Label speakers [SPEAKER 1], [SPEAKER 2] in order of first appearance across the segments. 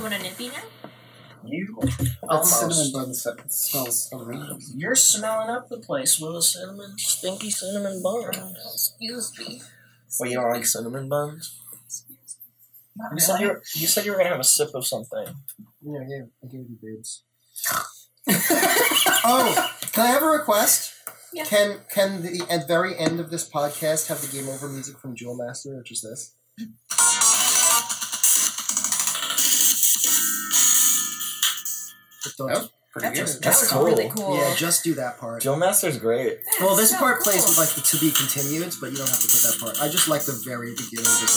[SPEAKER 1] want a nippy now?
[SPEAKER 2] You
[SPEAKER 3] That
[SPEAKER 2] almost.
[SPEAKER 3] cinnamon bun se- smells amazing.
[SPEAKER 2] You're smelling up the place with a cinnamon, stinky cinnamon bun.
[SPEAKER 1] Excuse me.
[SPEAKER 2] Well, you don't like cinnamon buns? You said you, were, you said you were gonna have a sip of something.
[SPEAKER 3] Yeah, I gave, I gave you boobs. oh, can I have a request?
[SPEAKER 1] Yeah.
[SPEAKER 3] Can can the at the very end of this podcast have the game over music from Jewel Master, which is this? But don't-
[SPEAKER 4] That
[SPEAKER 1] That's, a-
[SPEAKER 4] was pretty good.
[SPEAKER 1] that
[SPEAKER 2] That's
[SPEAKER 1] was
[SPEAKER 2] cool.
[SPEAKER 1] really cool.
[SPEAKER 3] Yeah, just do that part.
[SPEAKER 2] Jill Master's great.
[SPEAKER 1] That's
[SPEAKER 3] Well, this
[SPEAKER 1] so
[SPEAKER 3] part
[SPEAKER 1] cool.
[SPEAKER 3] plays with like the to be continued, but you don't have to put that part. I just like the very beginning of it.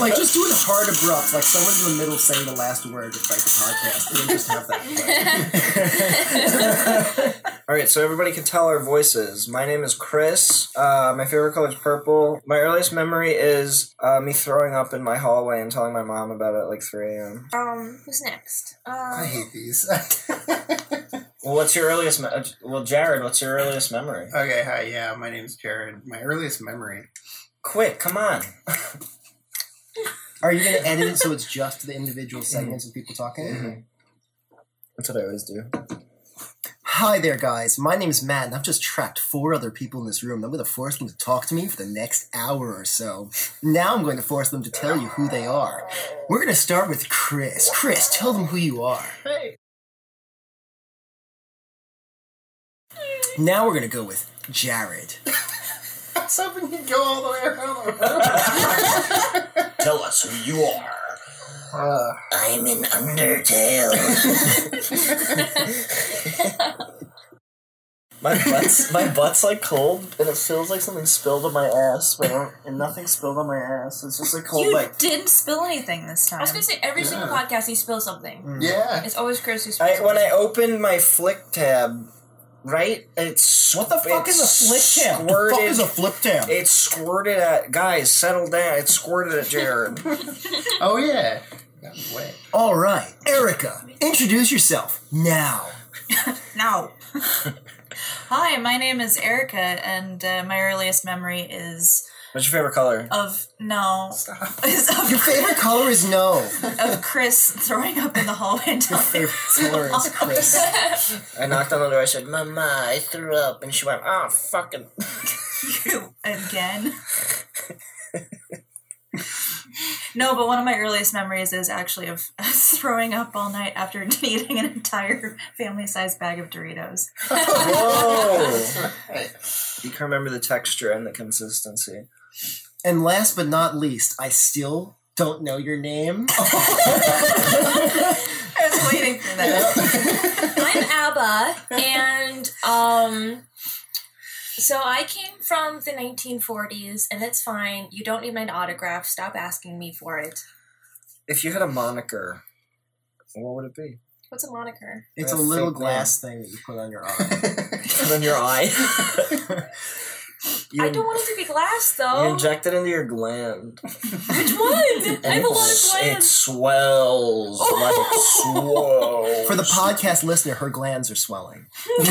[SPEAKER 3] like just do it hard abrupt, like someone's in the middle saying the last word to start the podcast, and then just have that. play.
[SPEAKER 2] All right, so everybody can tell our voices. My name is Chris. Uh, my favorite color is purple. My earliest memory is uh, me throwing up in my hallway and telling my mom about it at like 3 a.m.
[SPEAKER 1] Um, who's next?
[SPEAKER 3] I
[SPEAKER 1] Um,
[SPEAKER 3] hate these.
[SPEAKER 2] Well, what's your earliest? Me- uh, well, Jared, what's your earliest memory?
[SPEAKER 4] Okay, hi, yeah, my name's Jared. My earliest memory.
[SPEAKER 2] Quick, come on.
[SPEAKER 3] Are you gonna edit it so it's just the individual segments of people talking?
[SPEAKER 2] That's what I always do.
[SPEAKER 3] Hi there, guys. My name is Matt, and I've just trapped four other people in this room. I'm going to force them to talk to me for the next hour or so. Now I'm going to force them to tell you who they are. We're going to start with Chris. Chris, tell them who you are.
[SPEAKER 2] Hey.
[SPEAKER 3] Now we're going to go with Jared.
[SPEAKER 4] I was hoping you'd go all the way around.
[SPEAKER 2] Tell us who you are.
[SPEAKER 4] uh,
[SPEAKER 2] I'm in Undertale. my butt's my butt's like cold, and it feels like something spilled on my ass, but I don't- and nothing spilled on my ass. It's just like cold,
[SPEAKER 5] You
[SPEAKER 2] like
[SPEAKER 5] didn't spill anything this time.
[SPEAKER 1] I was gonna say every single podcast he spills something.
[SPEAKER 3] Mm.
[SPEAKER 4] yeah.
[SPEAKER 1] It's always Chris who spills.
[SPEAKER 2] I, when I
[SPEAKER 1] something.
[SPEAKER 2] opened my flick tab, right? It's
[SPEAKER 3] What the fuck
[SPEAKER 2] it
[SPEAKER 3] is a flip tab? What the
[SPEAKER 2] Squirted,
[SPEAKER 3] fuck is a flip tab?
[SPEAKER 2] it squirted at guys. Settle down. It squirted at Jared.
[SPEAKER 4] Oh, yeah. That was wet.
[SPEAKER 3] All right, Erica, introduce yourself now.
[SPEAKER 5] Now. Hi, my name is Erica, and uh, my earliest memory is
[SPEAKER 2] What's your favorite color?
[SPEAKER 5] of no, is
[SPEAKER 3] Your
[SPEAKER 5] of,
[SPEAKER 3] favorite color is no.
[SPEAKER 5] of Chris throwing up in the hallway. And telling
[SPEAKER 3] Favorite color is Chris.
[SPEAKER 2] I knocked on the door. I said, "Mama, I threw up," and she went, "Oh, fucking."
[SPEAKER 5] you again. no, but one of my earliest memories is actually of throwing up all night after eating an entire family-sized bag of Doritos.
[SPEAKER 2] Whoa!
[SPEAKER 4] Right.
[SPEAKER 2] you can remember the texture and the consistency.
[SPEAKER 3] And last but not least, I still don't know your name.
[SPEAKER 5] I was waiting for that.
[SPEAKER 1] I'm ABBA, and um, so I came from the 1940s, and it's fine. You don't need my autograph. Stop asking me for it.
[SPEAKER 2] If you had a moniker, what would it be?
[SPEAKER 1] What's a moniker?
[SPEAKER 3] It's a
[SPEAKER 2] That's
[SPEAKER 3] little
[SPEAKER 2] so cool.
[SPEAKER 3] glass thing that you put on your arm.
[SPEAKER 2] Put on your eye. you,
[SPEAKER 1] I don't want it to be glass,
[SPEAKER 2] you
[SPEAKER 1] though.
[SPEAKER 2] inject it into your gland.
[SPEAKER 1] Which one? I have a lot of
[SPEAKER 2] It's- It
[SPEAKER 1] glands.
[SPEAKER 2] swells like it swells.
[SPEAKER 3] For the podcast listener, her glands are swelling.
[SPEAKER 1] oh!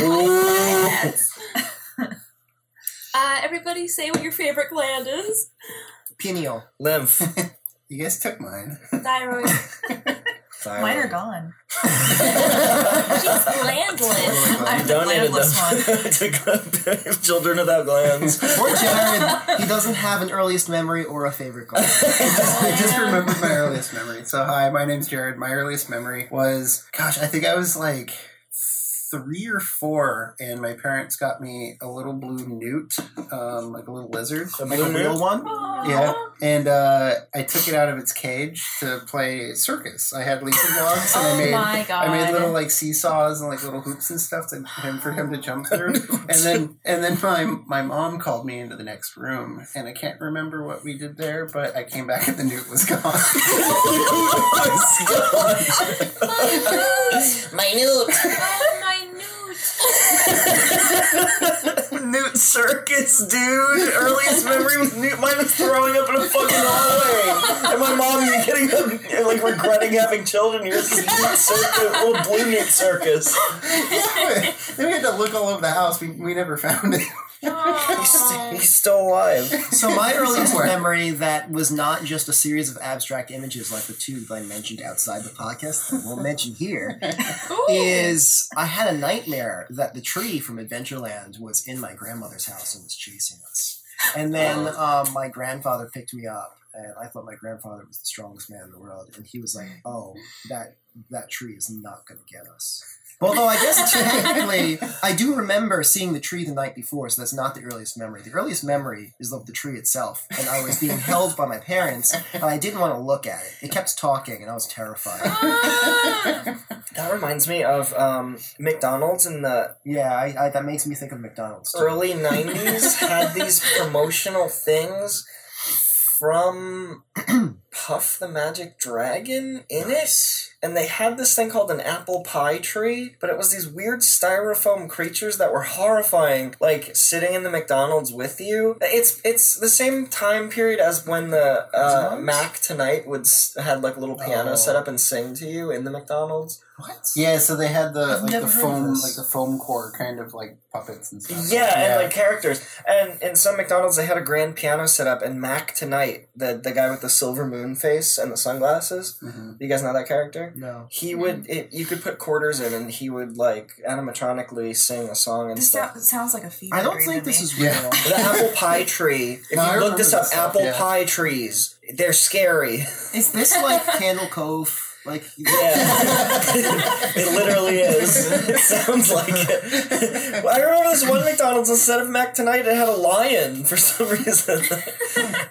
[SPEAKER 2] Ooh.
[SPEAKER 1] Uh, everybody say what your favorite gland is.
[SPEAKER 3] Pineal.
[SPEAKER 2] lymph.
[SPEAKER 4] You guys took mine.
[SPEAKER 1] Thyroid.
[SPEAKER 5] Mine are
[SPEAKER 2] Thyroid.
[SPEAKER 5] gone.
[SPEAKER 1] She's glandless.
[SPEAKER 5] I'm the
[SPEAKER 2] Donated them
[SPEAKER 5] landless one.
[SPEAKER 2] to children without glands.
[SPEAKER 3] Poor Jared, he doesn't have an earliest memory or a favorite color.
[SPEAKER 4] I just remembered my earliest memory. So, hi, my name's Jared. My earliest memory was, gosh, I think I was like three or four, and my parents got me a little blue newt, um, like a little lizard.
[SPEAKER 3] Like a real one?
[SPEAKER 4] Yeah, and uh, I took it out of its cage to play circus. I had leaping dogs, and
[SPEAKER 1] Oh
[SPEAKER 4] I made
[SPEAKER 1] my god.
[SPEAKER 4] I made little like seesaws and like little hoops and stuff to him for him to jump through. and then and then my my mom called me into the next room, and I can't remember what we did there, but I came back and the newt was gone.
[SPEAKER 2] Minute.
[SPEAKER 1] Oh, my newt.
[SPEAKER 2] Newt Circus, dude. Earliest memory was Newt. Mine was throwing up in a fucking hallway. And my mom was getting up, like regretting having children. Here's this Newt Circus, little blue Newt Circus.
[SPEAKER 4] then we had to look all over the house. We we never found it.
[SPEAKER 2] He's,
[SPEAKER 1] Aw.
[SPEAKER 2] he's still alive.
[SPEAKER 3] So my earliest
[SPEAKER 4] Somewhere.
[SPEAKER 3] memory that was not just a series of abstract images like the two that I mentioned outside the podcast that I won't mention here
[SPEAKER 1] Ooh.
[SPEAKER 3] is I had a nightmare that the tree from Adventureland was in my grandmother's house and was chasing us. And then um, my grandfather picked me up, and I thought my grandfather was the strongest man in the world, and he was like, "Oh, that that tree is not going to get us." Although I guess technically, I do remember seeing the tree the night before, so that's not the earliest memory. The earliest memory is of the tree itself, and I was being held by my parents, and I didn't want to look at it. It kept talking, and I was terrified.
[SPEAKER 1] Ah.
[SPEAKER 2] That reminds me of um, McDonald's in the
[SPEAKER 3] Yeah, I, I, that makes me think of McDonald's. Too.
[SPEAKER 2] early 90s had these promotional things from Puff the Magic Dragon in it. And they had this thing called an apple pie tree, but it was these weird styrofoam creatures that were horrifying, like sitting in the McDonald's with you. It's it's the same time period as when the uh,
[SPEAKER 3] McDonald's?
[SPEAKER 2] Mac tonight would s- had like a little piano
[SPEAKER 3] Oh.
[SPEAKER 2] set up and sing to you in the McDonald's.
[SPEAKER 3] What?
[SPEAKER 4] Yeah, so they had the
[SPEAKER 3] I've
[SPEAKER 4] like
[SPEAKER 3] never
[SPEAKER 4] the
[SPEAKER 3] heard of
[SPEAKER 4] foam
[SPEAKER 3] this.
[SPEAKER 4] like the foam core kind of like puppets and stuff.
[SPEAKER 2] Yeah, and like characters. And in some McDonald's, they had a grand piano set up, and Mac Tonight, the, the guy with the silver moon face and the sunglasses,
[SPEAKER 4] Mhm.
[SPEAKER 2] you guys know that character?
[SPEAKER 3] No.
[SPEAKER 2] He
[SPEAKER 4] Mm-hmm.
[SPEAKER 2] would, it, you could put quarters in, and he would like animatronically sing a song and
[SPEAKER 5] This
[SPEAKER 2] stuff.
[SPEAKER 5] sou- sounds like a fever.
[SPEAKER 3] I don't
[SPEAKER 5] dream
[SPEAKER 3] think
[SPEAKER 5] to
[SPEAKER 3] this
[SPEAKER 5] me.
[SPEAKER 3] is real.
[SPEAKER 4] Yeah.
[SPEAKER 2] The apple pie tree. If
[SPEAKER 4] No, I
[SPEAKER 2] you look
[SPEAKER 4] remember
[SPEAKER 2] this up,
[SPEAKER 4] this stuff,
[SPEAKER 2] apple
[SPEAKER 4] yeah.
[SPEAKER 2] pie trees, they're scary.
[SPEAKER 3] Is this like Candle Cove? Like,
[SPEAKER 2] Yeah. it literally is. It sounds like it. Well, I remember this one McDonald's instead of Mac tonight, it had a lion for some reason.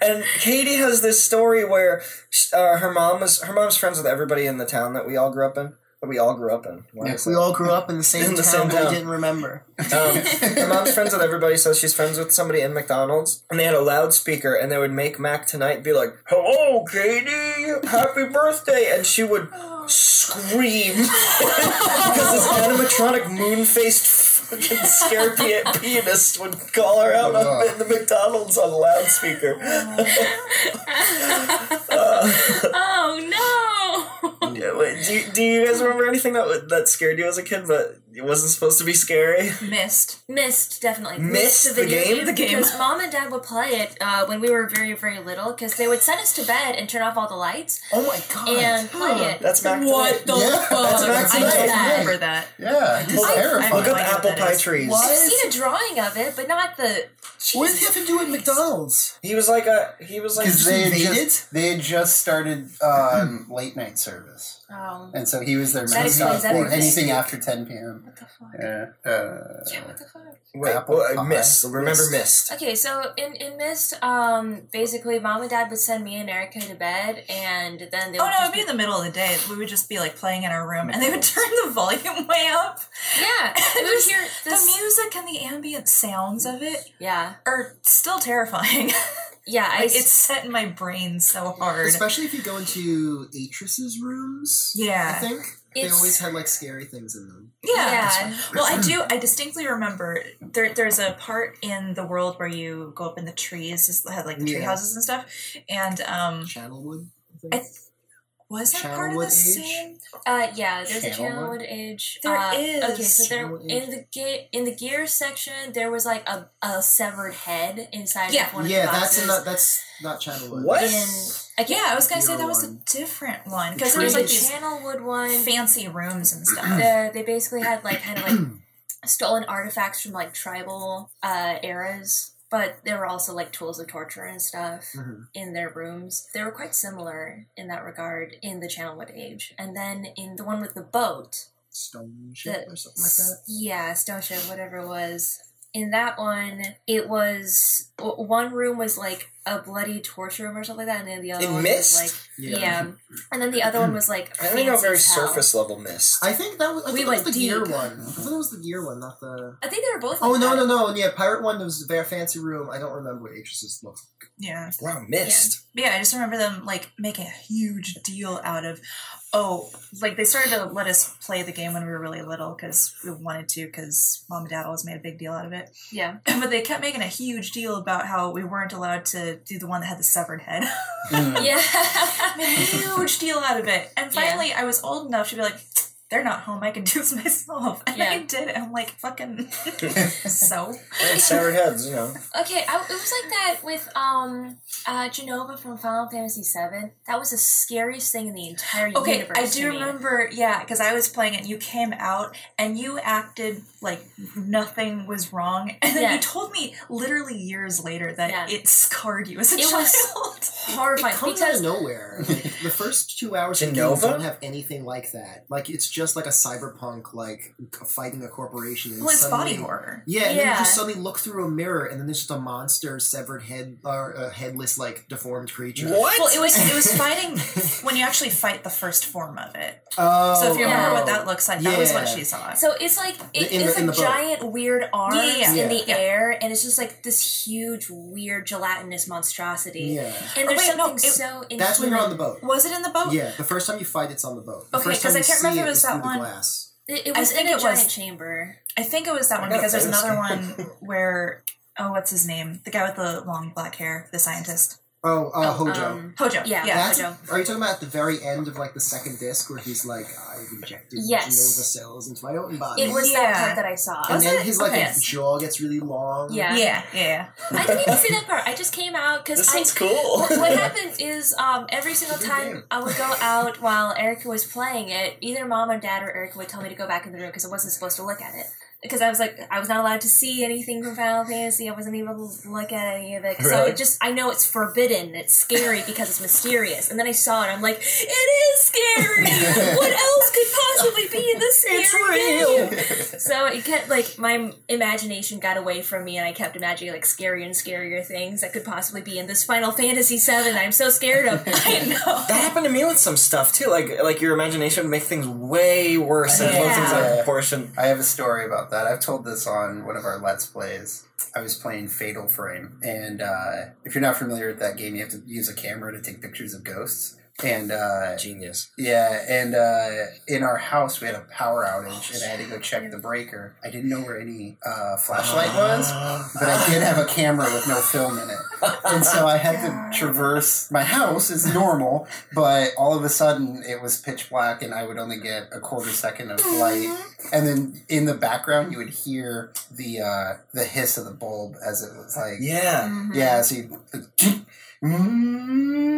[SPEAKER 2] and Katie has this story where sh- uh, her mom was her mom's friends with everybody in the town that we all grew up in. That we all grew up in. Why is
[SPEAKER 3] we all grew up in the same
[SPEAKER 2] In the same
[SPEAKER 3] town, but
[SPEAKER 2] town.
[SPEAKER 3] we didn't remember.
[SPEAKER 2] um, my mom's friends with everybody, so she's friends with somebody in McDonald's, and they had a loudspeaker, and they would make Mac tonight be like, "Hello, Katie, happy birthday," and she would scream because this animatronic moon-faced fucking scare pi- pianist would call her out on, in the McDonald's on loudspeaker.
[SPEAKER 5] Oh.
[SPEAKER 1] oh no!
[SPEAKER 2] Yeah, wait, Uh, do, you- do you guys remember anything that wa- that scared you as a kid, but it wasn't supposed to be scary?
[SPEAKER 5] missed.
[SPEAKER 1] Missed definitely.
[SPEAKER 2] Missed the game? The
[SPEAKER 5] game.
[SPEAKER 1] because mom and dad would play it uh, when we were very very little because they would send us to bed and turn off all the lights
[SPEAKER 3] Oh my god.
[SPEAKER 1] and play it.
[SPEAKER 2] That's Mac. tonight.
[SPEAKER 5] the
[SPEAKER 4] Yeah.
[SPEAKER 2] That's Mac
[SPEAKER 5] I
[SPEAKER 2] tonight.
[SPEAKER 5] don't remember that.
[SPEAKER 4] Yeah, it's
[SPEAKER 2] Look-
[SPEAKER 4] terrifying.
[SPEAKER 2] Look up
[SPEAKER 5] I know
[SPEAKER 2] apple
[SPEAKER 5] that
[SPEAKER 2] pie
[SPEAKER 5] is.
[SPEAKER 2] trees.
[SPEAKER 3] What?
[SPEAKER 1] I've seen a drawing of it, but not the.
[SPEAKER 3] What does he have to do with McDonald's?
[SPEAKER 2] He was like a. He was like.
[SPEAKER 4] because they had
[SPEAKER 3] invaded?
[SPEAKER 4] just they had just started um, late night service,
[SPEAKER 1] Um,
[SPEAKER 4] and so he was their
[SPEAKER 1] Hmm. That
[SPEAKER 4] mascot
[SPEAKER 1] explains
[SPEAKER 4] for
[SPEAKER 1] everything.
[SPEAKER 4] anything after ten p.m.
[SPEAKER 5] What the fuck?
[SPEAKER 4] Yeah, uh,
[SPEAKER 1] yeah, what the fuck?
[SPEAKER 2] Wait,
[SPEAKER 4] Apple
[SPEAKER 2] well,
[SPEAKER 4] pie.
[SPEAKER 2] Mist. Remember Mist.
[SPEAKER 1] Okay, so in in Mist, um, basically, mom and dad would send me and Erica to bed, and then they would
[SPEAKER 5] Oh no,
[SPEAKER 1] just
[SPEAKER 5] it'd be in the middle of the day. We would just be like playing in our room, and they would turn the volume way up.
[SPEAKER 1] yeah, we would
[SPEAKER 5] There's-
[SPEAKER 1] hear
[SPEAKER 5] The
[SPEAKER 1] this-
[SPEAKER 5] music and the ambient sounds of it
[SPEAKER 1] yeah,
[SPEAKER 5] are still terrifying.
[SPEAKER 1] yeah. I,
[SPEAKER 5] like it's set in my brain so hard.
[SPEAKER 3] Especially if you go into Atrice's rooms. I
[SPEAKER 5] Yeah.
[SPEAKER 3] think they
[SPEAKER 1] It's-
[SPEAKER 3] always had like scary things in them.
[SPEAKER 5] Yeah.
[SPEAKER 1] yeah.
[SPEAKER 5] Well, I do. I distinctly remember there, there's a part in the world where you go up in the trees, just had like the tree
[SPEAKER 3] Yeah.
[SPEAKER 5] houses and stuff. And um,
[SPEAKER 3] Channelwood. I
[SPEAKER 5] I
[SPEAKER 3] think.
[SPEAKER 5] th- was that part of the
[SPEAKER 3] Channelwood age?
[SPEAKER 5] same?
[SPEAKER 1] Uh, yeah, there's a
[SPEAKER 4] Channelwood?
[SPEAKER 1] Channelwood Age.
[SPEAKER 5] There
[SPEAKER 1] uh, Okay,
[SPEAKER 5] is.
[SPEAKER 1] so there
[SPEAKER 3] Channelwood
[SPEAKER 1] in the ge- in the gear section, there was like a, a severed head inside
[SPEAKER 5] Yeah.
[SPEAKER 1] of one
[SPEAKER 3] yeah,
[SPEAKER 1] of the
[SPEAKER 3] that's
[SPEAKER 1] boxes.
[SPEAKER 3] in that, that's not Channelwood.
[SPEAKER 2] What?
[SPEAKER 1] In again,
[SPEAKER 5] Yeah, I was gonna say
[SPEAKER 3] Zero
[SPEAKER 5] that was a
[SPEAKER 3] one.
[SPEAKER 5] different one
[SPEAKER 1] because
[SPEAKER 5] because
[SPEAKER 1] there
[SPEAKER 5] there
[SPEAKER 1] was
[SPEAKER 5] was
[SPEAKER 1] a
[SPEAKER 5] like these
[SPEAKER 1] Channelwood one.
[SPEAKER 5] fancy rooms and stuff.
[SPEAKER 1] the, they basically had like kind of like stolen artifacts from like tribal uh, eras, but there were also like tools of torture and stuff
[SPEAKER 3] Mhm.
[SPEAKER 1] in their rooms. They were quite similar in that regard in the Channelwood Age, and then in the one with the boat.
[SPEAKER 3] Stone ship
[SPEAKER 1] The-
[SPEAKER 3] or something like that.
[SPEAKER 1] Yeah, stone ship, whatever it was. In that one, it was w- one room was like a bloody torture room or something like that, and then the other
[SPEAKER 2] In
[SPEAKER 1] one
[SPEAKER 2] Mist?
[SPEAKER 1] was like yeah. and then the other one was like
[SPEAKER 2] I only know
[SPEAKER 1] fancy
[SPEAKER 2] very
[SPEAKER 1] as hell.
[SPEAKER 2] surface level Mist.
[SPEAKER 3] I think that was, I
[SPEAKER 1] We
[SPEAKER 3] think that
[SPEAKER 1] went
[SPEAKER 3] was the gear
[SPEAKER 1] deep.
[SPEAKER 3] one. I thought it was the gear one, not the.
[SPEAKER 1] I think they were both.
[SPEAKER 3] Oh
[SPEAKER 1] like
[SPEAKER 3] no
[SPEAKER 1] that.
[SPEAKER 3] no no! Yeah, pirate one was a very fancy room. I don't remember what Atrice's looked.
[SPEAKER 5] Yeah.
[SPEAKER 2] wow, Mist.
[SPEAKER 5] But yeah, I just remember them like making a huge deal out of, oh, like they started to let us play the game when we were really little because we wanted to because mom and dad always made a big deal out of it.
[SPEAKER 1] Yeah,
[SPEAKER 5] But they kept making a huge deal about how we weren't allowed to do the one that had the severed head.
[SPEAKER 1] yeah.
[SPEAKER 4] hmm.
[SPEAKER 5] made a huge deal out of it. And
[SPEAKER 1] Yeah.
[SPEAKER 5] finally, I was old enough to be like, they're not home. I can do this myself. And
[SPEAKER 1] Yeah.
[SPEAKER 5] I did. And I'm like, fucking. so.
[SPEAKER 2] And severed heads, you know.
[SPEAKER 1] Okay, I, it was like that with um uh Genova from Final Fantasy VII. That was the scariest thing in the entire
[SPEAKER 5] Okay,
[SPEAKER 1] universe.
[SPEAKER 5] I
[SPEAKER 1] to
[SPEAKER 5] do
[SPEAKER 1] me.
[SPEAKER 5] remember, yeah, because I was playing it. And you came out and you acted like nothing was wrong, and then
[SPEAKER 1] Yeah.
[SPEAKER 5] you told me literally years later that
[SPEAKER 1] Yeah.
[SPEAKER 5] it scarred you as a
[SPEAKER 1] It
[SPEAKER 5] child.
[SPEAKER 1] was- horrifying
[SPEAKER 3] It comes
[SPEAKER 1] because
[SPEAKER 3] out of nowhere. Like, the first two hours of the game
[SPEAKER 2] Genova?
[SPEAKER 3] don't have anything like that. Like it's just like a cyberpunk, like c- fighting a corporation. And
[SPEAKER 5] well, it's
[SPEAKER 3] suddenly,
[SPEAKER 5] body horror.
[SPEAKER 3] Yeah, and then you
[SPEAKER 1] Yeah.
[SPEAKER 3] just suddenly look through a mirror, and then there's just a monster, severed head, or a headless, like deformed creature.
[SPEAKER 2] What?
[SPEAKER 5] Well, it was it was fighting when you actually fight the first form of it.
[SPEAKER 3] Oh,
[SPEAKER 5] So if you remember
[SPEAKER 3] oh.
[SPEAKER 5] what that looks like, that was what
[SPEAKER 3] Yeah.
[SPEAKER 5] she saw.
[SPEAKER 1] so it's like it
[SPEAKER 3] In the-
[SPEAKER 1] is
[SPEAKER 3] in the
[SPEAKER 1] a
[SPEAKER 3] boat.
[SPEAKER 1] giant weird arm
[SPEAKER 5] Yeah, yeah,
[SPEAKER 3] yeah.
[SPEAKER 1] in the
[SPEAKER 5] Yeah.
[SPEAKER 1] air, and it's just like this huge weird gelatinous monstrosity.
[SPEAKER 3] Yeah,
[SPEAKER 1] And
[SPEAKER 5] Or
[SPEAKER 1] there's
[SPEAKER 5] Oh, wait,
[SPEAKER 1] something
[SPEAKER 5] no, it-
[SPEAKER 1] so inhuman.
[SPEAKER 3] that's when you're on the boat.
[SPEAKER 5] was it in the boat?
[SPEAKER 3] Yeah, the first time you fight, it's on the boat. The
[SPEAKER 5] Okay,
[SPEAKER 3] first time
[SPEAKER 5] 'cause I
[SPEAKER 3] you
[SPEAKER 5] can't
[SPEAKER 3] see
[SPEAKER 5] remember
[SPEAKER 3] it
[SPEAKER 5] if it was
[SPEAKER 3] is
[SPEAKER 5] that
[SPEAKER 3] through the
[SPEAKER 5] one.
[SPEAKER 3] glass.
[SPEAKER 1] It, it
[SPEAKER 5] I
[SPEAKER 1] was in
[SPEAKER 5] think
[SPEAKER 1] a
[SPEAKER 5] it was-
[SPEAKER 1] giant chamber.
[SPEAKER 5] I think it was that one
[SPEAKER 2] got
[SPEAKER 5] because there's
[SPEAKER 2] those.
[SPEAKER 5] another one where oh, what's his name? The guy with the long black hair, the scientist,
[SPEAKER 3] Oh, uh,
[SPEAKER 1] Oh,
[SPEAKER 3] Hojo.
[SPEAKER 1] um,
[SPEAKER 5] Hojo.
[SPEAKER 1] Yeah,
[SPEAKER 5] yeah.
[SPEAKER 3] That's,
[SPEAKER 1] Hojo.
[SPEAKER 3] are you talking about at the very end of like the second disc where he's like, I've injected
[SPEAKER 1] Yes.
[SPEAKER 3] Genova cells into my own body?
[SPEAKER 1] It was that
[SPEAKER 5] Yeah.
[SPEAKER 1] part that I saw.
[SPEAKER 3] and then
[SPEAKER 5] it?
[SPEAKER 3] his like
[SPEAKER 5] Okay. Yes.
[SPEAKER 3] jaw gets really long.
[SPEAKER 1] Yeah.
[SPEAKER 5] yeah, yeah.
[SPEAKER 1] I didn't even see that part. I just came out because
[SPEAKER 2] this
[SPEAKER 1] I
[SPEAKER 2] sounds cool.
[SPEAKER 1] What- what happened is um, every single
[SPEAKER 2] Good
[SPEAKER 1] time
[SPEAKER 2] game.
[SPEAKER 1] I would go out while Erica was playing it, either mom or dad or Erica would tell me to go back in the room because I wasn't supposed to look at it. Because I was like, I was not allowed to see anything from Final Fantasy. I wasn't able to look at any of it. So
[SPEAKER 2] Really?
[SPEAKER 1] it just, I know it's forbidden. It's scary because it's mysterious. And then I saw it. I'm like, it is scary. what else could possibly be in this scary game? So it kept like my imagination got away from me, and I kept imagining like scarier and scarier things that could possibly be in this Final Fantasy VII. I'm so scared of. I know.
[SPEAKER 2] That happened to me with some stuff too. Like like your imagination would make things way worse and blow
[SPEAKER 1] Yeah.
[SPEAKER 2] things out of proportion.
[SPEAKER 4] I have a story about that. I've told this on one of our Let's Plays. I was playing Fatal Frame, and uh, if you're not familiar with that game, you have to use a camera to take pictures of ghosts. And uh,
[SPEAKER 2] Genius.
[SPEAKER 4] yeah, and uh, in our house, we had a power outage, and I had to go check the breaker. I didn't know where any uh, flashlight was,
[SPEAKER 2] Uh,
[SPEAKER 4] but I did have a camera with no film in it. And so I had to traverse my house as normal, but all of a sudden it was pitch black and I would only get a quarter second of light. And then in the background you would hear the uh, the hiss of the bulb as it was like
[SPEAKER 2] Yeah.
[SPEAKER 1] Mm-hmm.
[SPEAKER 4] yeah, so you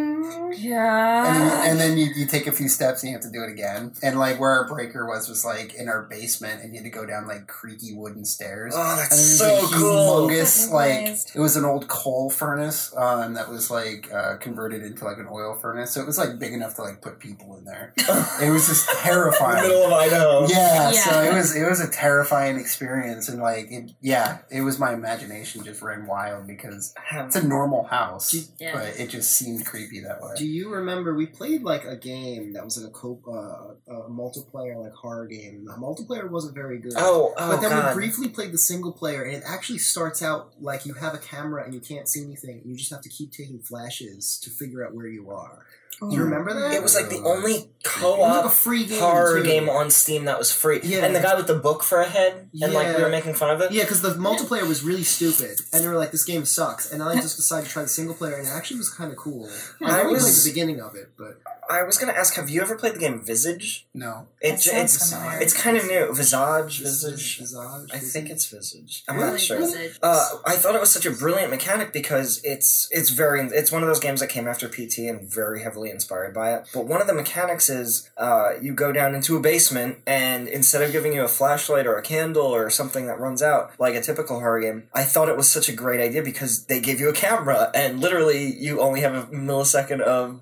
[SPEAKER 4] and
[SPEAKER 1] Yeah.
[SPEAKER 4] then, and then you, you take a few steps and you have to do it again. And like where our breaker was was like in our basement, and you had to go down like creaky wooden stairs.
[SPEAKER 2] Oh,
[SPEAKER 4] And
[SPEAKER 2] that's
[SPEAKER 4] it was
[SPEAKER 2] so
[SPEAKER 4] a
[SPEAKER 2] cool.
[SPEAKER 4] humongous,
[SPEAKER 1] Fucking
[SPEAKER 4] like
[SPEAKER 1] blazed.
[SPEAKER 4] it was an old coal furnace um, that was like uh, converted into like an oil furnace. So it was like big enough to like put people in there. it was just terrifying.
[SPEAKER 2] Middle of Idaho.
[SPEAKER 4] Yeah, so
[SPEAKER 1] Yeah.
[SPEAKER 4] it was it was a terrifying experience, and like it, yeah, it was my imagination just ran wild because it's a normal house,
[SPEAKER 1] Yeah.
[SPEAKER 4] but it just seemed creepy that way.
[SPEAKER 3] Do you remember we played like a game that was like a co- uh, a multiplayer like horror game? The multiplayer wasn't very good.
[SPEAKER 2] Oh, oh
[SPEAKER 3] But then
[SPEAKER 2] god.
[SPEAKER 3] we briefly played the single player, and it actually starts out like you have a camera and you can't see anything. You just have to keep taking flashes to figure out where you are.
[SPEAKER 4] Mm.
[SPEAKER 3] Do
[SPEAKER 1] Oh.
[SPEAKER 3] you remember that?
[SPEAKER 2] it was like the
[SPEAKER 4] Uh,
[SPEAKER 2] only
[SPEAKER 3] It was like a
[SPEAKER 2] co-op
[SPEAKER 3] free game.
[SPEAKER 2] horror
[SPEAKER 3] too.
[SPEAKER 2] game on Steam that was free.
[SPEAKER 3] Yeah.
[SPEAKER 2] And the guy with the book for a head, and like we
[SPEAKER 3] Yeah.
[SPEAKER 2] were making fun of it.
[SPEAKER 3] Yeah, because the multiplayer was really stupid, and they were like, "This game sucks." And I just decided to try the single player, and it actually was kind of cool. I
[SPEAKER 2] I
[SPEAKER 3] only played
[SPEAKER 2] was-
[SPEAKER 3] the beginning of it, but
[SPEAKER 2] I was gonna ask, have you ever played the game Visage?
[SPEAKER 4] no,
[SPEAKER 2] It,
[SPEAKER 5] That
[SPEAKER 2] j-
[SPEAKER 5] sounds
[SPEAKER 2] it's
[SPEAKER 5] familiar.
[SPEAKER 2] it's kind of new. Visage,
[SPEAKER 3] Visage,
[SPEAKER 2] Visage.
[SPEAKER 3] Visage,
[SPEAKER 2] I think
[SPEAKER 3] Visage.
[SPEAKER 2] it's Visage. I'm
[SPEAKER 3] Really?
[SPEAKER 2] not sure.
[SPEAKER 1] Visage.
[SPEAKER 2] Uh, I thought it was such a brilliant mechanic because it's it's very it's one of those games that came after PT and very heavily inspired by it. But one of the mechanics is uh, you go down into a basement and instead of giving you a flashlight or a candle or something that runs out like a typical horror game, I thought it was such a great idea because they give you a camera and literally you only have a millisecond of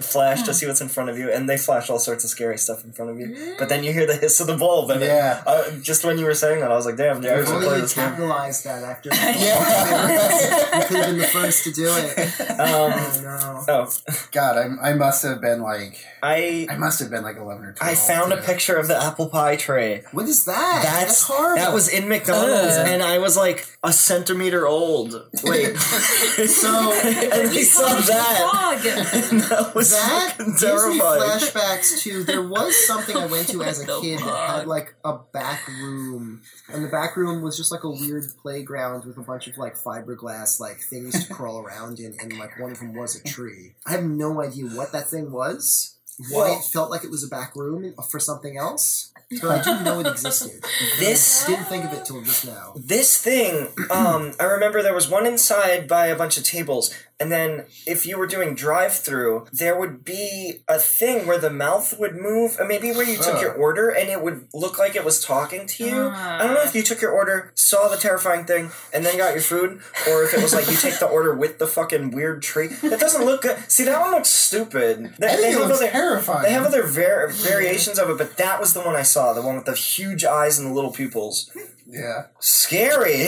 [SPEAKER 2] flash to see what's in front of you and they flash all sorts of scary stuff in front of you but then you hear the hiss of the bulb and it-
[SPEAKER 4] Yeah.
[SPEAKER 2] uh, just when you were saying that i was like damn
[SPEAKER 3] If
[SPEAKER 2] Jared should play
[SPEAKER 3] only you
[SPEAKER 2] this game
[SPEAKER 3] capitalized that after.
[SPEAKER 4] Yeah.
[SPEAKER 3] you could have been the first to do it.
[SPEAKER 2] um,
[SPEAKER 3] Oh no.
[SPEAKER 2] oh
[SPEAKER 4] God, I, I must have been like I
[SPEAKER 2] I
[SPEAKER 4] must have been like eleven or twelve.
[SPEAKER 2] I found a
[SPEAKER 4] to-
[SPEAKER 2] picture of the apple pie tray.
[SPEAKER 3] What is that?
[SPEAKER 2] That's,
[SPEAKER 3] horrible.
[SPEAKER 2] That was in McDonald's,
[SPEAKER 3] Uh.
[SPEAKER 2] and I was like a centimeter old. Wait,
[SPEAKER 3] so.
[SPEAKER 2] and we saw that.
[SPEAKER 1] Dog.
[SPEAKER 2] And that was
[SPEAKER 3] That
[SPEAKER 2] fucking
[SPEAKER 3] gives me
[SPEAKER 2] terrifying.
[SPEAKER 3] flashbacks to there was something I went to as a kid that had like a back room, and the back room was just like a weird playground with a bunch of like fiberglass like things to crawl around in, and like one of them was a tree. I have no idea what that thing was. why
[SPEAKER 2] Well-
[SPEAKER 3] it felt like it was a back room for something else, but I didn't know it existed.
[SPEAKER 2] This
[SPEAKER 3] Didn't think of it till just now.
[SPEAKER 2] this thing um i remember there was one inside by a bunch of tables and then if you were doing drive through there would be a thing where the mouth would move or maybe where you took
[SPEAKER 4] Oh.
[SPEAKER 2] your order and it would look like it was talking to you i don't know if you took your order saw the terrifying thing and then got your food or if it was like you take the order with the fucking weird tree that doesn't look good see that one looks stupid They- they
[SPEAKER 4] I think it
[SPEAKER 2] have
[SPEAKER 4] looks
[SPEAKER 2] other-
[SPEAKER 4] terrifying.
[SPEAKER 2] they have other var- variations of it, but that was the one I saw, the one with the huge eyes and the little pupils.
[SPEAKER 4] yeah.
[SPEAKER 2] Scary!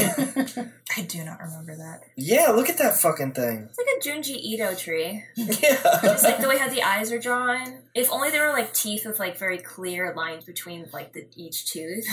[SPEAKER 5] I do not remember that.
[SPEAKER 2] Yeah, look at that fucking thing.
[SPEAKER 1] It's like a Junji Ito tree. It's
[SPEAKER 2] Yeah.
[SPEAKER 1] like the way how the eyes are drawn. If only there were like teeth with like very clear lines between like the each tooth.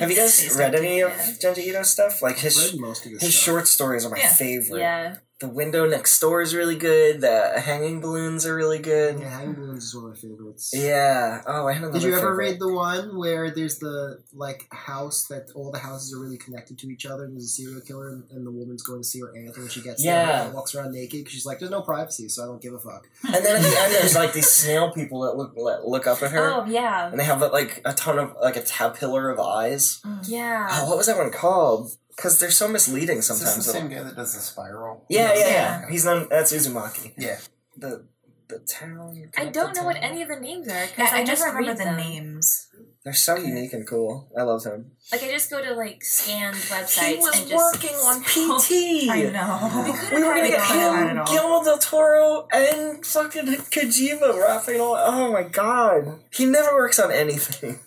[SPEAKER 2] Have you guys read any of Junji Ito's stuff? Like his
[SPEAKER 3] Read most of this
[SPEAKER 2] his
[SPEAKER 3] stuff.
[SPEAKER 2] short stories are my
[SPEAKER 5] Yeah.
[SPEAKER 2] favorite.
[SPEAKER 1] yeah.
[SPEAKER 2] The window next door is really good. The hanging balloons are really good.
[SPEAKER 3] Yeah, Hanging Balloons is one of my favorites.
[SPEAKER 2] Yeah. Oh, I had another.
[SPEAKER 3] Did you ever
[SPEAKER 2] favorite.
[SPEAKER 3] read the one where there's the like house that all the houses are really connected to each other? And there's a serial killer, and, and the woman's going to see her aunt, and when she gets
[SPEAKER 2] Yeah.
[SPEAKER 3] there, and walks around naked because she's like, "There's no privacy, so I don't give a fuck."
[SPEAKER 2] And then at the end, there's like these snail people that look that look up at her,
[SPEAKER 1] Oh yeah.
[SPEAKER 2] and they have like a ton of like a tapillar of eyes.
[SPEAKER 5] Mm.
[SPEAKER 1] Yeah.
[SPEAKER 2] Oh, what was that one called? Because they're so misleading
[SPEAKER 4] Is this
[SPEAKER 2] sometimes.
[SPEAKER 4] the same guy that does the spiral?
[SPEAKER 2] yeah, yeah, yeah,
[SPEAKER 5] Yeah.
[SPEAKER 2] He's not. That's Uzumaki.
[SPEAKER 4] Yeah.
[SPEAKER 2] The the town.
[SPEAKER 1] I don't know what
[SPEAKER 2] town.
[SPEAKER 1] any of the names are because
[SPEAKER 5] Yeah, I,
[SPEAKER 1] I,
[SPEAKER 5] just
[SPEAKER 1] never read
[SPEAKER 5] remember the
[SPEAKER 1] them.
[SPEAKER 5] names.
[SPEAKER 2] They're so unique and cool. I love him.
[SPEAKER 1] Like I just go to like scanned websites. and just
[SPEAKER 2] PT.
[SPEAKER 5] I know.
[SPEAKER 2] We were gonna
[SPEAKER 5] They
[SPEAKER 2] get
[SPEAKER 5] don't have that
[SPEAKER 2] him,
[SPEAKER 5] at all.
[SPEAKER 2] Guillermo del Toro, and fucking Kojima wrapping it all. Oh my god, he never works on anything.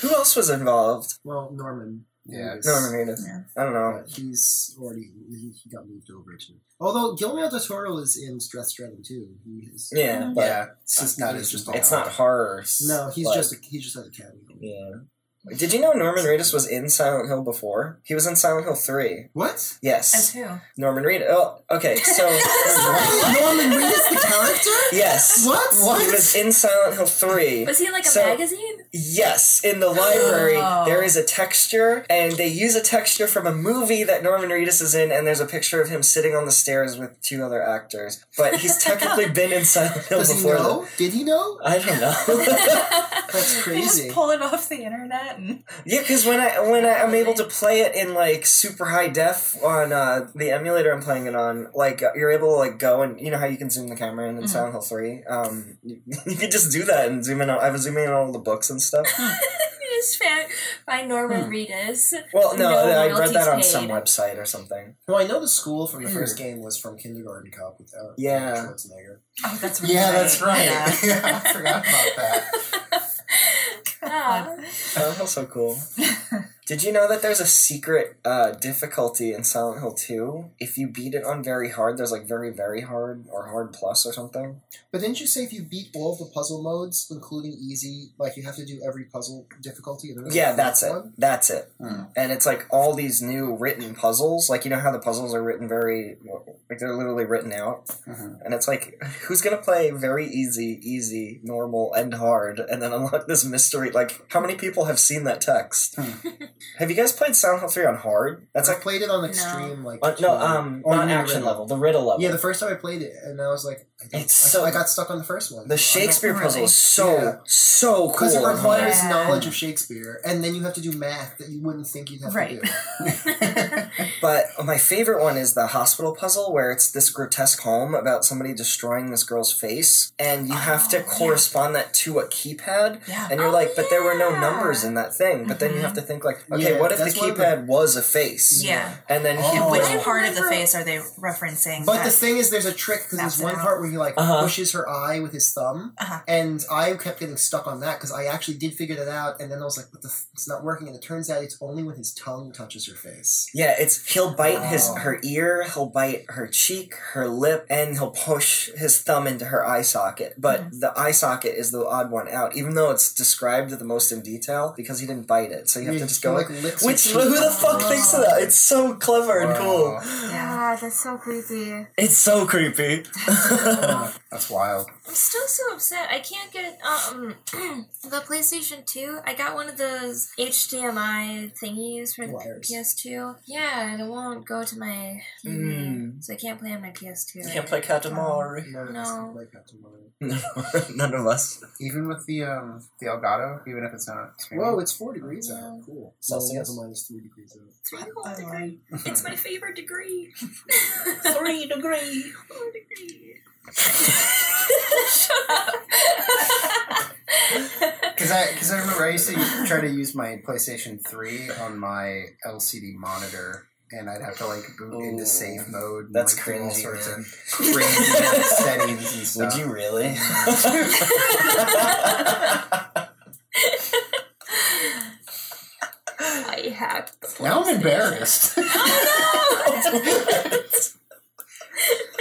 [SPEAKER 2] Who else was involved?
[SPEAKER 3] Well, Norman.
[SPEAKER 4] Yeah.
[SPEAKER 3] Reedus.
[SPEAKER 2] No, I mean, it's-
[SPEAKER 5] Yeah.
[SPEAKER 2] I don't know.
[SPEAKER 3] But he's already he, he got moved over to. Although Guillermo del Toro is in Stress Stratum too. He is,
[SPEAKER 2] Yeah, but
[SPEAKER 4] Yeah. It's just not as just
[SPEAKER 2] it's not horror.
[SPEAKER 3] No, he's
[SPEAKER 2] but-
[SPEAKER 3] just a, he just had a cameo.
[SPEAKER 2] yeah. Did you know Norman Reedus was in Silent Hill before? He was in Silent Hill Three.
[SPEAKER 3] What?
[SPEAKER 5] As
[SPEAKER 2] Yes,
[SPEAKER 5] who?
[SPEAKER 2] Norman Reedus. Oh, okay, so
[SPEAKER 3] Norman Reedus the character?
[SPEAKER 2] yes,
[SPEAKER 3] What? What?
[SPEAKER 2] He was in Silent Hill Three.
[SPEAKER 1] Was he like a
[SPEAKER 2] So-
[SPEAKER 1] magazine?
[SPEAKER 2] Yes, in the library
[SPEAKER 5] Oh.
[SPEAKER 2] there is a texture, and they use a texture from a movie that Norman Reedus is in, and there's a picture of him sitting on the stairs with two other actors. But he's technically been in Silent Hill
[SPEAKER 3] Does he
[SPEAKER 2] before.
[SPEAKER 3] know? Did he know?
[SPEAKER 2] that. I don't know.
[SPEAKER 3] That's
[SPEAKER 5] They just
[SPEAKER 3] crazy.
[SPEAKER 5] pull it off the internet and
[SPEAKER 2] yeah, because when I when I, I'm able to play it in like super high def on uh, the emulator I'm playing it on, like uh, you're able to like go and you know how you can zoom the camera in in Silent Hill Three. Um, you, you could just do that and zoom in. on- I was zooming in on all the books and stuff.
[SPEAKER 1] You just found by Norman
[SPEAKER 2] Hmm.
[SPEAKER 1] Reedus.
[SPEAKER 2] Well, no,
[SPEAKER 1] No
[SPEAKER 2] I read
[SPEAKER 1] royalties
[SPEAKER 2] that on
[SPEAKER 1] paid.
[SPEAKER 2] some website or something.
[SPEAKER 3] Well, I know the school from the first game was from Kindergarten Cop with uh,
[SPEAKER 2] Yeah.
[SPEAKER 3] Schwarzenegger.
[SPEAKER 5] Oh, that's right.
[SPEAKER 4] Yeah, that's right.
[SPEAKER 5] Yeah.
[SPEAKER 4] yeah, I forgot about that.
[SPEAKER 1] Oh, Ah.
[SPEAKER 2] Silent Hill's Oh, so cool. Did you know that there's a secret uh, difficulty in Silent Hill 2? If you beat it on very hard, there's like very, very hard or hard plus or something.
[SPEAKER 3] But didn't you say if you beat all of the puzzle modes, including easy, like you have to do every puzzle difficulty? and then
[SPEAKER 2] yeah,
[SPEAKER 3] the
[SPEAKER 2] that's
[SPEAKER 3] next
[SPEAKER 2] it.
[SPEAKER 3] one?
[SPEAKER 2] That's it.
[SPEAKER 4] Hmm.
[SPEAKER 2] And it's like all these new written puzzles. Like, you know how the puzzles are written very, like, they're literally written out.
[SPEAKER 4] Mhm.
[SPEAKER 2] And it's like, who's going to play very easy, easy, normal, and hard, and then unlock this mystery? Like, how many people have seen that text? have you guys played Silent Hill 3 on hard? That's
[SPEAKER 3] I
[SPEAKER 2] like
[SPEAKER 3] played it on extreme, like
[SPEAKER 2] Uh, no,
[SPEAKER 3] two-
[SPEAKER 2] um,
[SPEAKER 3] or
[SPEAKER 2] not
[SPEAKER 3] new
[SPEAKER 2] action
[SPEAKER 3] riddle.
[SPEAKER 2] level, the riddle level.
[SPEAKER 3] Yeah, the first time I played it, and I was like, I don't-
[SPEAKER 2] It's
[SPEAKER 3] I,
[SPEAKER 2] so-
[SPEAKER 3] I got stuck on the first one.
[SPEAKER 2] the Shakespeare
[SPEAKER 5] really.
[SPEAKER 2] puzzle is so
[SPEAKER 3] Yeah.
[SPEAKER 2] so cool.
[SPEAKER 3] because it
[SPEAKER 2] and hard.
[SPEAKER 3] requires
[SPEAKER 5] Yeah.
[SPEAKER 3] knowledge of Shakespeare, and then you have to do math that you wouldn't think you'd have
[SPEAKER 5] Right.
[SPEAKER 3] to do.
[SPEAKER 2] But my favorite one is the hospital puzzle, where it's this grotesque home about somebody destroying this girl's face, and you
[SPEAKER 3] Oh,
[SPEAKER 2] have to correspond that to a keypad.
[SPEAKER 5] Yeah.
[SPEAKER 2] And you're
[SPEAKER 1] Oh,
[SPEAKER 2] like, but there were no
[SPEAKER 1] yeah.
[SPEAKER 2] numbers in that thing. But then you have to think like, okay,
[SPEAKER 3] Yeah,
[SPEAKER 2] what if the
[SPEAKER 3] that's why the-
[SPEAKER 2] keypad was a face?
[SPEAKER 5] Yeah.
[SPEAKER 2] And then he
[SPEAKER 4] Oh.
[SPEAKER 5] Which
[SPEAKER 2] would-
[SPEAKER 5] part of the face are they referencing?
[SPEAKER 3] But the
[SPEAKER 5] That-
[SPEAKER 3] thing is, there's a trick because there's
[SPEAKER 5] That's
[SPEAKER 3] one
[SPEAKER 5] it.
[SPEAKER 3] part where he like
[SPEAKER 2] Uh-huh.
[SPEAKER 3] pushes her eye with his thumb,
[SPEAKER 5] Uh-huh.
[SPEAKER 3] and I kept getting stuck on that because I actually did figure that out, and then I was like, "What the? F- it's not working." And it turns out it's only when his tongue touches her face.
[SPEAKER 2] Yeah, it's he'll bite his
[SPEAKER 4] Wow.
[SPEAKER 2] her ear, he'll bite her cheek, her lip, and he'll push his thumb into her eye socket. But the eye socket is the odd one out, even though it's described the most in detail because he didn't bite it. So you have
[SPEAKER 3] Yeah,
[SPEAKER 2] to just go
[SPEAKER 4] like lit some
[SPEAKER 2] Which
[SPEAKER 4] shit
[SPEAKER 2] who the
[SPEAKER 4] up.
[SPEAKER 3] Oh.
[SPEAKER 2] fuck thinks of that? It's so clever and
[SPEAKER 4] Wow.
[SPEAKER 2] cool.
[SPEAKER 1] Yeah, that's so creepy.
[SPEAKER 2] It's so creepy.
[SPEAKER 4] That's wild.
[SPEAKER 1] I'm still so upset. I can't get um the PlayStation 2. I got one of those HDMI thingies for the
[SPEAKER 3] Wires.
[SPEAKER 1] PS2. Yeah, and it won't go to my TV, so I can't play on my PS2.
[SPEAKER 2] Hmm. You can't play Katamari.
[SPEAKER 4] None of us can play Captain Marvel.
[SPEAKER 2] None of us.
[SPEAKER 4] Even with the um the Elgato, even if it's not.
[SPEAKER 3] Whoa, it's four degrees out. Cool.
[SPEAKER 2] Celsius?
[SPEAKER 3] Well, minus three degrees out.
[SPEAKER 1] It's my whole
[SPEAKER 5] I lied.
[SPEAKER 1] degree. It's my favorite degree.
[SPEAKER 5] Three degree.
[SPEAKER 1] Four degree. Shut up.
[SPEAKER 4] Because I because I remember I used to try to use my PlayStation Three on my LCD monitor, and I'd have to like boot
[SPEAKER 2] Ooh.
[SPEAKER 4] into safe mode. And,
[SPEAKER 2] That's
[SPEAKER 4] like, do all
[SPEAKER 2] cringy,
[SPEAKER 4] sorts
[SPEAKER 2] man.
[SPEAKER 4] of crazy settings and
[SPEAKER 2] Would
[SPEAKER 4] stuff.
[SPEAKER 2] you really?
[SPEAKER 1] I hacked the
[SPEAKER 4] Now I'm embarrassed.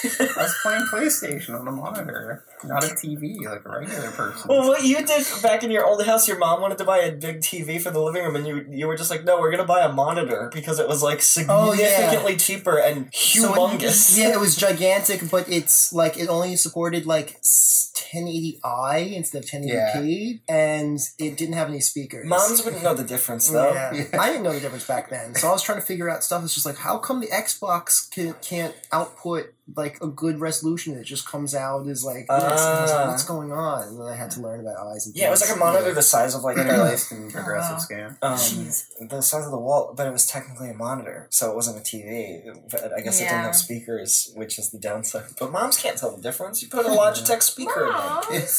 [SPEAKER 4] I was playing PlayStation on a monitor, not a TV, like a regular person.
[SPEAKER 2] well, what you did back in your old house, your mom wanted to buy a big TV for the living room, and you you were just like, no, we're gonna buy a monitor because it was like
[SPEAKER 3] Oh, yeah.
[SPEAKER 2] significantly cheaper and
[SPEAKER 3] So it-
[SPEAKER 2] humongous.
[SPEAKER 3] yeah, it was gigantic, but it's like it only supported like s- 1080i instead of 1080p, and it didn't have any speakers.
[SPEAKER 2] Moms wouldn't know the difference though.
[SPEAKER 3] Yeah. I didn't know the difference back then, so I was trying to figure out stuff. It's just like, how come the Xbox can, can't output like a good resolution? It just comes out as like, this, and I was like,
[SPEAKER 2] Ah.
[SPEAKER 3] what's going on? And then I had to learn about eyes. And
[SPEAKER 2] Yeah, it was like a monitor the size of like the,
[SPEAKER 4] Interlaced and progressive scan.
[SPEAKER 2] um,
[SPEAKER 5] Jeez.
[SPEAKER 2] the size of the wall, but it was technically a monitor, so it wasn't a TV. But I guess it didn't
[SPEAKER 5] Yeah.
[SPEAKER 2] have speakers, which is the downside. But moms can't tell the difference. You put a Logitech speaker in
[SPEAKER 1] Mom.
[SPEAKER 2] it.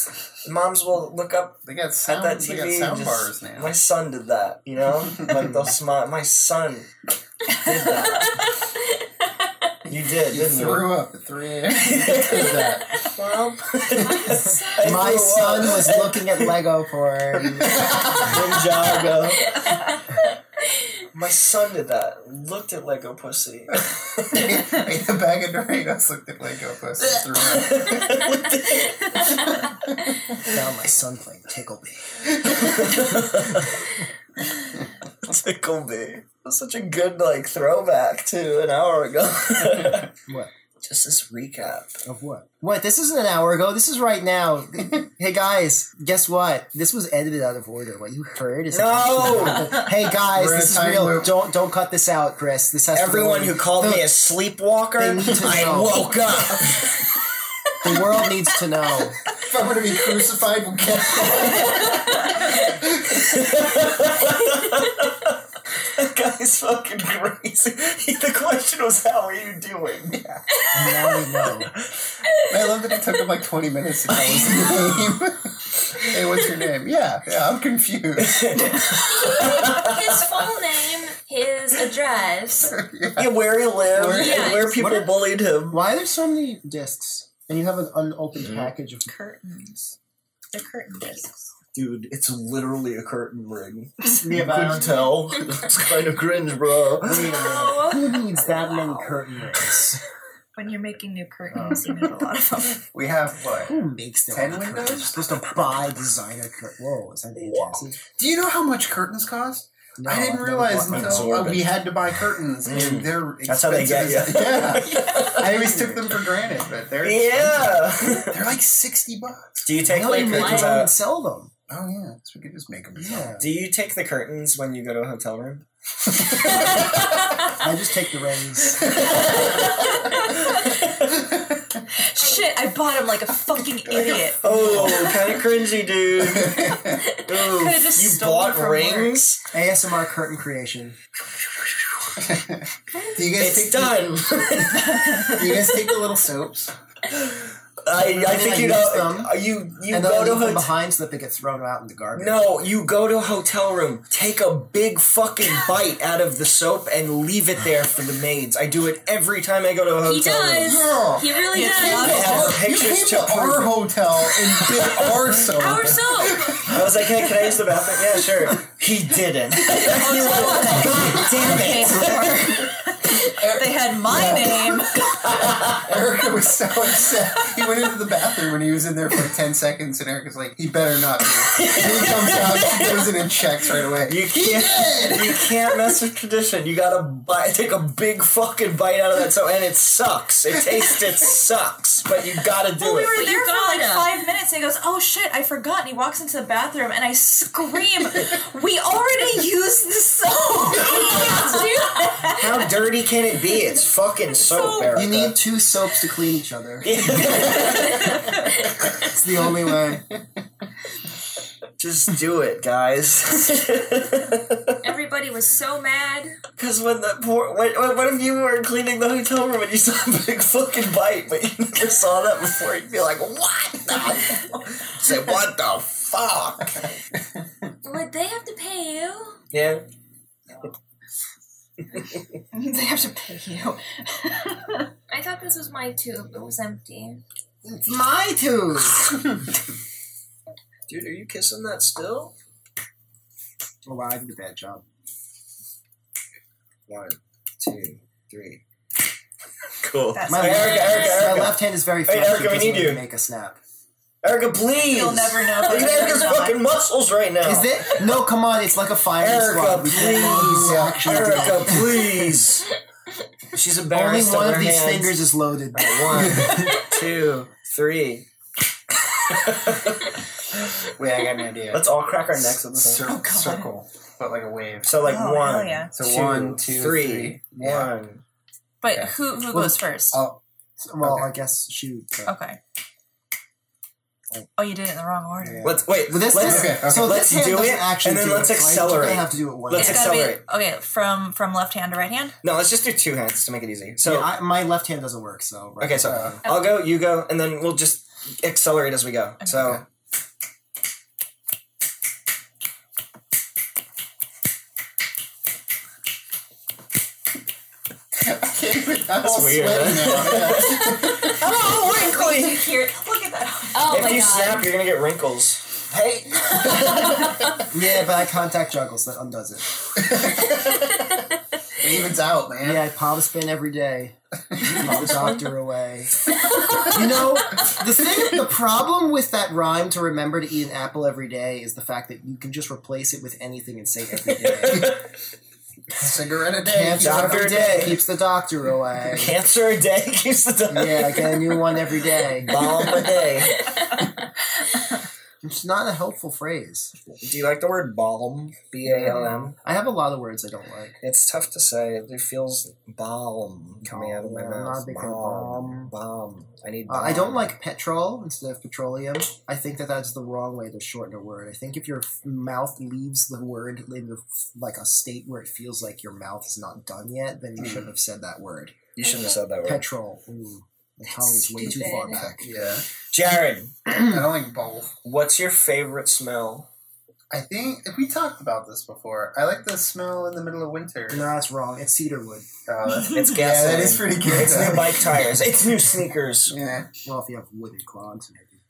[SPEAKER 2] Moms will look up
[SPEAKER 4] They got
[SPEAKER 2] at
[SPEAKER 4] sound.
[SPEAKER 2] that
[SPEAKER 4] they
[SPEAKER 2] TV.
[SPEAKER 4] got
[SPEAKER 2] and
[SPEAKER 4] sound
[SPEAKER 2] just-
[SPEAKER 4] bars now.
[SPEAKER 2] My son did that, you know? like they'll smile. My son did that. You did,
[SPEAKER 4] You
[SPEAKER 2] didn't you?
[SPEAKER 4] threw up at 3 a.m. Did that.
[SPEAKER 2] Mom.
[SPEAKER 3] My son was looking at Lego porn.
[SPEAKER 2] Ninjago. My son did that. Looked at Lego pussy.
[SPEAKER 4] Ate a bag of Doritos, looked at Lego Plus, and threw up.
[SPEAKER 3] Found my son playing Tickle Me.
[SPEAKER 2] Tickle me. That's such a good like throwback to an hour ago.
[SPEAKER 3] What?
[SPEAKER 2] Just this recap.
[SPEAKER 3] Of what? What? This isn't an hour ago. This is right now. hey guys, guess what? This was edited out of order. What you heard is
[SPEAKER 2] No!
[SPEAKER 3] hey guys,
[SPEAKER 4] We're in
[SPEAKER 3] this is
[SPEAKER 4] time
[SPEAKER 3] real.
[SPEAKER 4] loop.
[SPEAKER 3] Don't don't cut this out, Chris. This has to be
[SPEAKER 2] Everyone who
[SPEAKER 3] ordered.
[SPEAKER 2] called
[SPEAKER 3] the,
[SPEAKER 2] me a sleepwalker,
[SPEAKER 3] They need to
[SPEAKER 2] I
[SPEAKER 3] know.
[SPEAKER 2] woke up.
[SPEAKER 3] the world needs to know.
[SPEAKER 4] If I'm going to be crucified, we'll get
[SPEAKER 2] That guy's fucking crazy. the question was, how are you doing?
[SPEAKER 3] And now we know.
[SPEAKER 4] I love that it took him like 20 minutes to tell us his name. hey, what's your name? Yeah, yeah, I'm confused.
[SPEAKER 1] his full name, his address.
[SPEAKER 2] Yeah, where he lived,
[SPEAKER 4] Where-
[SPEAKER 2] and where people
[SPEAKER 3] What-
[SPEAKER 2] bullied him.
[SPEAKER 3] Why are there so many discs? And you have an unopened package of
[SPEAKER 5] Curtains. The curtain discs.
[SPEAKER 2] Dude, it's literally a curtain ring.
[SPEAKER 3] Yeah, but I don't-
[SPEAKER 2] tell. It's kind of cringe, bro.
[SPEAKER 1] Oh.
[SPEAKER 3] who needs that many curtain rings?
[SPEAKER 5] When you're making new curtains, you need a lot of them.
[SPEAKER 4] We have what?
[SPEAKER 3] Who makes them?
[SPEAKER 4] Ten
[SPEAKER 3] all the
[SPEAKER 4] windows?
[SPEAKER 3] curtains? You're supposed to buy designer curtain. Whoa, is that fantastic?
[SPEAKER 4] Do you know how much curtains cost?
[SPEAKER 3] No,
[SPEAKER 4] I
[SPEAKER 3] I've
[SPEAKER 4] didn't
[SPEAKER 3] never
[SPEAKER 4] realize
[SPEAKER 3] bought one.
[SPEAKER 4] until uh, we had to buy curtains, and they're
[SPEAKER 2] Mm.
[SPEAKER 4] expensive.
[SPEAKER 2] That's how they get
[SPEAKER 4] as-
[SPEAKER 2] you.
[SPEAKER 4] Yeah, I always took them for granted, but they're
[SPEAKER 2] Yeah.
[SPEAKER 4] they're like sixty bucks.
[SPEAKER 2] Do you take
[SPEAKER 3] I don't
[SPEAKER 2] like
[SPEAKER 3] even
[SPEAKER 2] curtains
[SPEAKER 3] like
[SPEAKER 2] out?
[SPEAKER 3] and sell them.
[SPEAKER 4] Oh yeah, so we could just make them.
[SPEAKER 3] Yeah.
[SPEAKER 2] Do you take the curtains when you go to a hotel room?
[SPEAKER 3] I just take the rings.
[SPEAKER 5] Shit, I bought him like a fucking idiot.
[SPEAKER 2] Oh, kind of cringy, dude. Ooh,
[SPEAKER 5] Could've just
[SPEAKER 2] you
[SPEAKER 5] stolen
[SPEAKER 2] bought
[SPEAKER 5] from work.
[SPEAKER 2] rings?
[SPEAKER 3] ASMR curtain creation.
[SPEAKER 4] Do you guys
[SPEAKER 2] It's
[SPEAKER 4] take
[SPEAKER 2] done.
[SPEAKER 4] The, do you guys take the little soaps?
[SPEAKER 2] I, I
[SPEAKER 3] then
[SPEAKER 2] think
[SPEAKER 3] I
[SPEAKER 2] you
[SPEAKER 3] use
[SPEAKER 2] know.
[SPEAKER 3] them,
[SPEAKER 2] uh, You you
[SPEAKER 3] and then
[SPEAKER 2] go to
[SPEAKER 3] I leave them
[SPEAKER 2] hotel.
[SPEAKER 3] behind so that they get thrown out in the garbage.
[SPEAKER 2] No, you go to a hotel room, take a big fucking bite out of the soap, and leave it there for the maids. I do it every time I go to a
[SPEAKER 1] He
[SPEAKER 2] hotel room.
[SPEAKER 1] does. He really
[SPEAKER 2] I
[SPEAKER 1] does.
[SPEAKER 2] have
[SPEAKER 4] Oh, You
[SPEAKER 2] pictures
[SPEAKER 4] came
[SPEAKER 2] to
[SPEAKER 4] to our
[SPEAKER 2] prove. it.
[SPEAKER 4] hotel and bit our soap.
[SPEAKER 1] Our soap.
[SPEAKER 2] I was like, hey, can I use the bathroom? Yeah, sure. He didn't.
[SPEAKER 5] Damn it. they had my name.
[SPEAKER 4] Erica Eric was so upset. He went into the bathroom and he was in there for 10 seconds, and Eric was like, he better not be. And he comes out, goes in and checks right away.
[SPEAKER 2] You can't. You can't mess with tradition. You gotta bite, take a big fucking bite out of that. So and it sucks. It tastes. It sucks. But you gotta do
[SPEAKER 5] Well, we
[SPEAKER 2] it.
[SPEAKER 5] were
[SPEAKER 1] But
[SPEAKER 5] there
[SPEAKER 1] you
[SPEAKER 5] for like
[SPEAKER 1] gotta.
[SPEAKER 5] five minutes, and he goes, "Oh shit, I forgot." And he walks into the bathroom, and I scream, "We already used the soap. We can't do that."
[SPEAKER 2] How dirty can it be? It's fucking soap,
[SPEAKER 5] soap.
[SPEAKER 2] Erica.
[SPEAKER 3] You need two soaps to clean each other. It's the only way.
[SPEAKER 2] Just do it, guys.
[SPEAKER 1] Everybody was so mad.
[SPEAKER 2] Because when the poor, when, when, what if you were cleaning the hotel room and you saw a big fucking bite, but you never saw that before? You'd be like, what the? Say what the fuck?
[SPEAKER 1] Would they have to pay you?
[SPEAKER 2] Yeah.
[SPEAKER 5] they have to pay you.
[SPEAKER 1] I thought this was my tube. It was empty.
[SPEAKER 3] It's my tooth.
[SPEAKER 2] Dude, are you kissing that still?
[SPEAKER 3] Oh wow, I did a bad job.
[SPEAKER 2] One, two, three. Cool.
[SPEAKER 5] That's
[SPEAKER 3] My,
[SPEAKER 5] Hey,
[SPEAKER 2] Erica, Erica,
[SPEAKER 3] my
[SPEAKER 2] Erica.
[SPEAKER 3] left hand is very
[SPEAKER 2] Hey,
[SPEAKER 3] fast. so
[SPEAKER 2] Erica,
[SPEAKER 3] it
[SPEAKER 2] we
[SPEAKER 3] doesn't
[SPEAKER 2] need
[SPEAKER 3] really
[SPEAKER 2] you.
[SPEAKER 3] Make a snap.
[SPEAKER 2] Erica, please!
[SPEAKER 5] You'll never know.
[SPEAKER 2] Look at Erica's fucking muscles right now.
[SPEAKER 3] Is it? No, come on. It's like a firing
[SPEAKER 2] Erica,
[SPEAKER 3] squad. We can't
[SPEAKER 2] please!
[SPEAKER 3] actually do that.
[SPEAKER 2] Erica, please! She's
[SPEAKER 3] Only
[SPEAKER 2] embarrassed.
[SPEAKER 3] one
[SPEAKER 2] on
[SPEAKER 3] of
[SPEAKER 2] her
[SPEAKER 3] these
[SPEAKER 2] hands.
[SPEAKER 3] fingers is loaded.
[SPEAKER 2] One, two, three.
[SPEAKER 4] Wait, I got an idea.
[SPEAKER 2] Let's all crack our necks at the same
[SPEAKER 4] Cir-
[SPEAKER 5] Oh, God.
[SPEAKER 4] circle, but like a wave.
[SPEAKER 2] So like
[SPEAKER 5] Oh,
[SPEAKER 2] one,
[SPEAKER 5] hell yeah.
[SPEAKER 4] So one, two, three. Yeah.
[SPEAKER 2] One.
[SPEAKER 5] But who who goes first?
[SPEAKER 4] Oh,
[SPEAKER 3] Well,
[SPEAKER 4] Okay.
[SPEAKER 3] I guess shoot. but-
[SPEAKER 5] Okay. Oh, you did it in the wrong order.
[SPEAKER 4] yeah.
[SPEAKER 2] Let's wait.
[SPEAKER 3] Well, this
[SPEAKER 2] let's
[SPEAKER 3] this-
[SPEAKER 4] okay, okay.
[SPEAKER 3] so
[SPEAKER 2] Let's
[SPEAKER 3] this hand
[SPEAKER 2] do
[SPEAKER 3] doesn't
[SPEAKER 2] it,
[SPEAKER 3] actually
[SPEAKER 2] and then
[SPEAKER 3] do
[SPEAKER 2] let's
[SPEAKER 3] it, right?
[SPEAKER 2] accelerate.
[SPEAKER 3] They have to do it once.
[SPEAKER 2] Let's
[SPEAKER 5] It's gotta be-
[SPEAKER 2] accelerate.
[SPEAKER 5] okay, from from left hand to right hand.
[SPEAKER 2] no. Let's just do two hands to make it easy. So
[SPEAKER 3] Yeah, I, my left hand doesn't work, so right.
[SPEAKER 2] okay, so
[SPEAKER 4] Uh,
[SPEAKER 2] I'll go, you go, and then we'll just accelerate as we go. So
[SPEAKER 4] I'm all
[SPEAKER 2] weird,
[SPEAKER 4] sweating now.
[SPEAKER 2] oh,
[SPEAKER 5] You
[SPEAKER 2] wrinkly!
[SPEAKER 5] hear it? Look at that.
[SPEAKER 1] Oh
[SPEAKER 2] if
[SPEAKER 1] my
[SPEAKER 2] you
[SPEAKER 1] god.
[SPEAKER 2] snap, you're gonna get wrinkles.
[SPEAKER 4] Hey,
[SPEAKER 3] yeah, but I contact juggles that undoes it.
[SPEAKER 4] it evens out, man.
[SPEAKER 3] Yeah, I palm spin every day. Keep the doctor away. You know, the thing, the problem with that rhyme to remember to eat an apple every day is the fact that you can just replace it with anything and say every day.
[SPEAKER 4] Cigarette a day.
[SPEAKER 3] Cancer
[SPEAKER 2] Doctor
[SPEAKER 3] every day
[SPEAKER 2] day.
[SPEAKER 3] keeps the doctor away.
[SPEAKER 2] Cancer a day keeps the doctor.
[SPEAKER 3] Yeah, I get a new one every day.
[SPEAKER 2] Bomb a day.
[SPEAKER 3] It's not a helpful phrase.
[SPEAKER 2] Do you like the word balm? B A L M.
[SPEAKER 3] I have a lot of words I don't like.
[SPEAKER 2] It's tough to say. It feels balm coming out of my
[SPEAKER 3] Yeah, I'm
[SPEAKER 2] mouth.
[SPEAKER 3] not a big fan of
[SPEAKER 2] Balm, balm. I need.
[SPEAKER 3] Uh,
[SPEAKER 2] balm.
[SPEAKER 3] I don't like petrol instead of petroleum. I think that that's the wrong way to shorten a word. I think if your f- mouth leaves the word in the, f- like a state where it feels like your mouth is not done yet,
[SPEAKER 2] Mm.
[SPEAKER 3] then you shouldn't have said that word.
[SPEAKER 2] You shouldn't have said that word.
[SPEAKER 3] Petrol. Ooh, the tongue is way too far
[SPEAKER 1] stupid.
[SPEAKER 3] back.
[SPEAKER 4] Yeah.
[SPEAKER 2] Jared,
[SPEAKER 4] I don't like both.
[SPEAKER 2] what's your favorite smell?
[SPEAKER 4] I think we talked about this before. I like the smell in the middle of winter.
[SPEAKER 3] No, that's wrong. It's cedarwood.
[SPEAKER 4] Oh, that's-
[SPEAKER 2] It's
[SPEAKER 4] yeah,
[SPEAKER 2] gasoline.
[SPEAKER 4] that is pretty good.
[SPEAKER 2] It's new bike tires. It's new sneakers.
[SPEAKER 4] Yeah.
[SPEAKER 3] Well, if you have wooden clogs, maybe.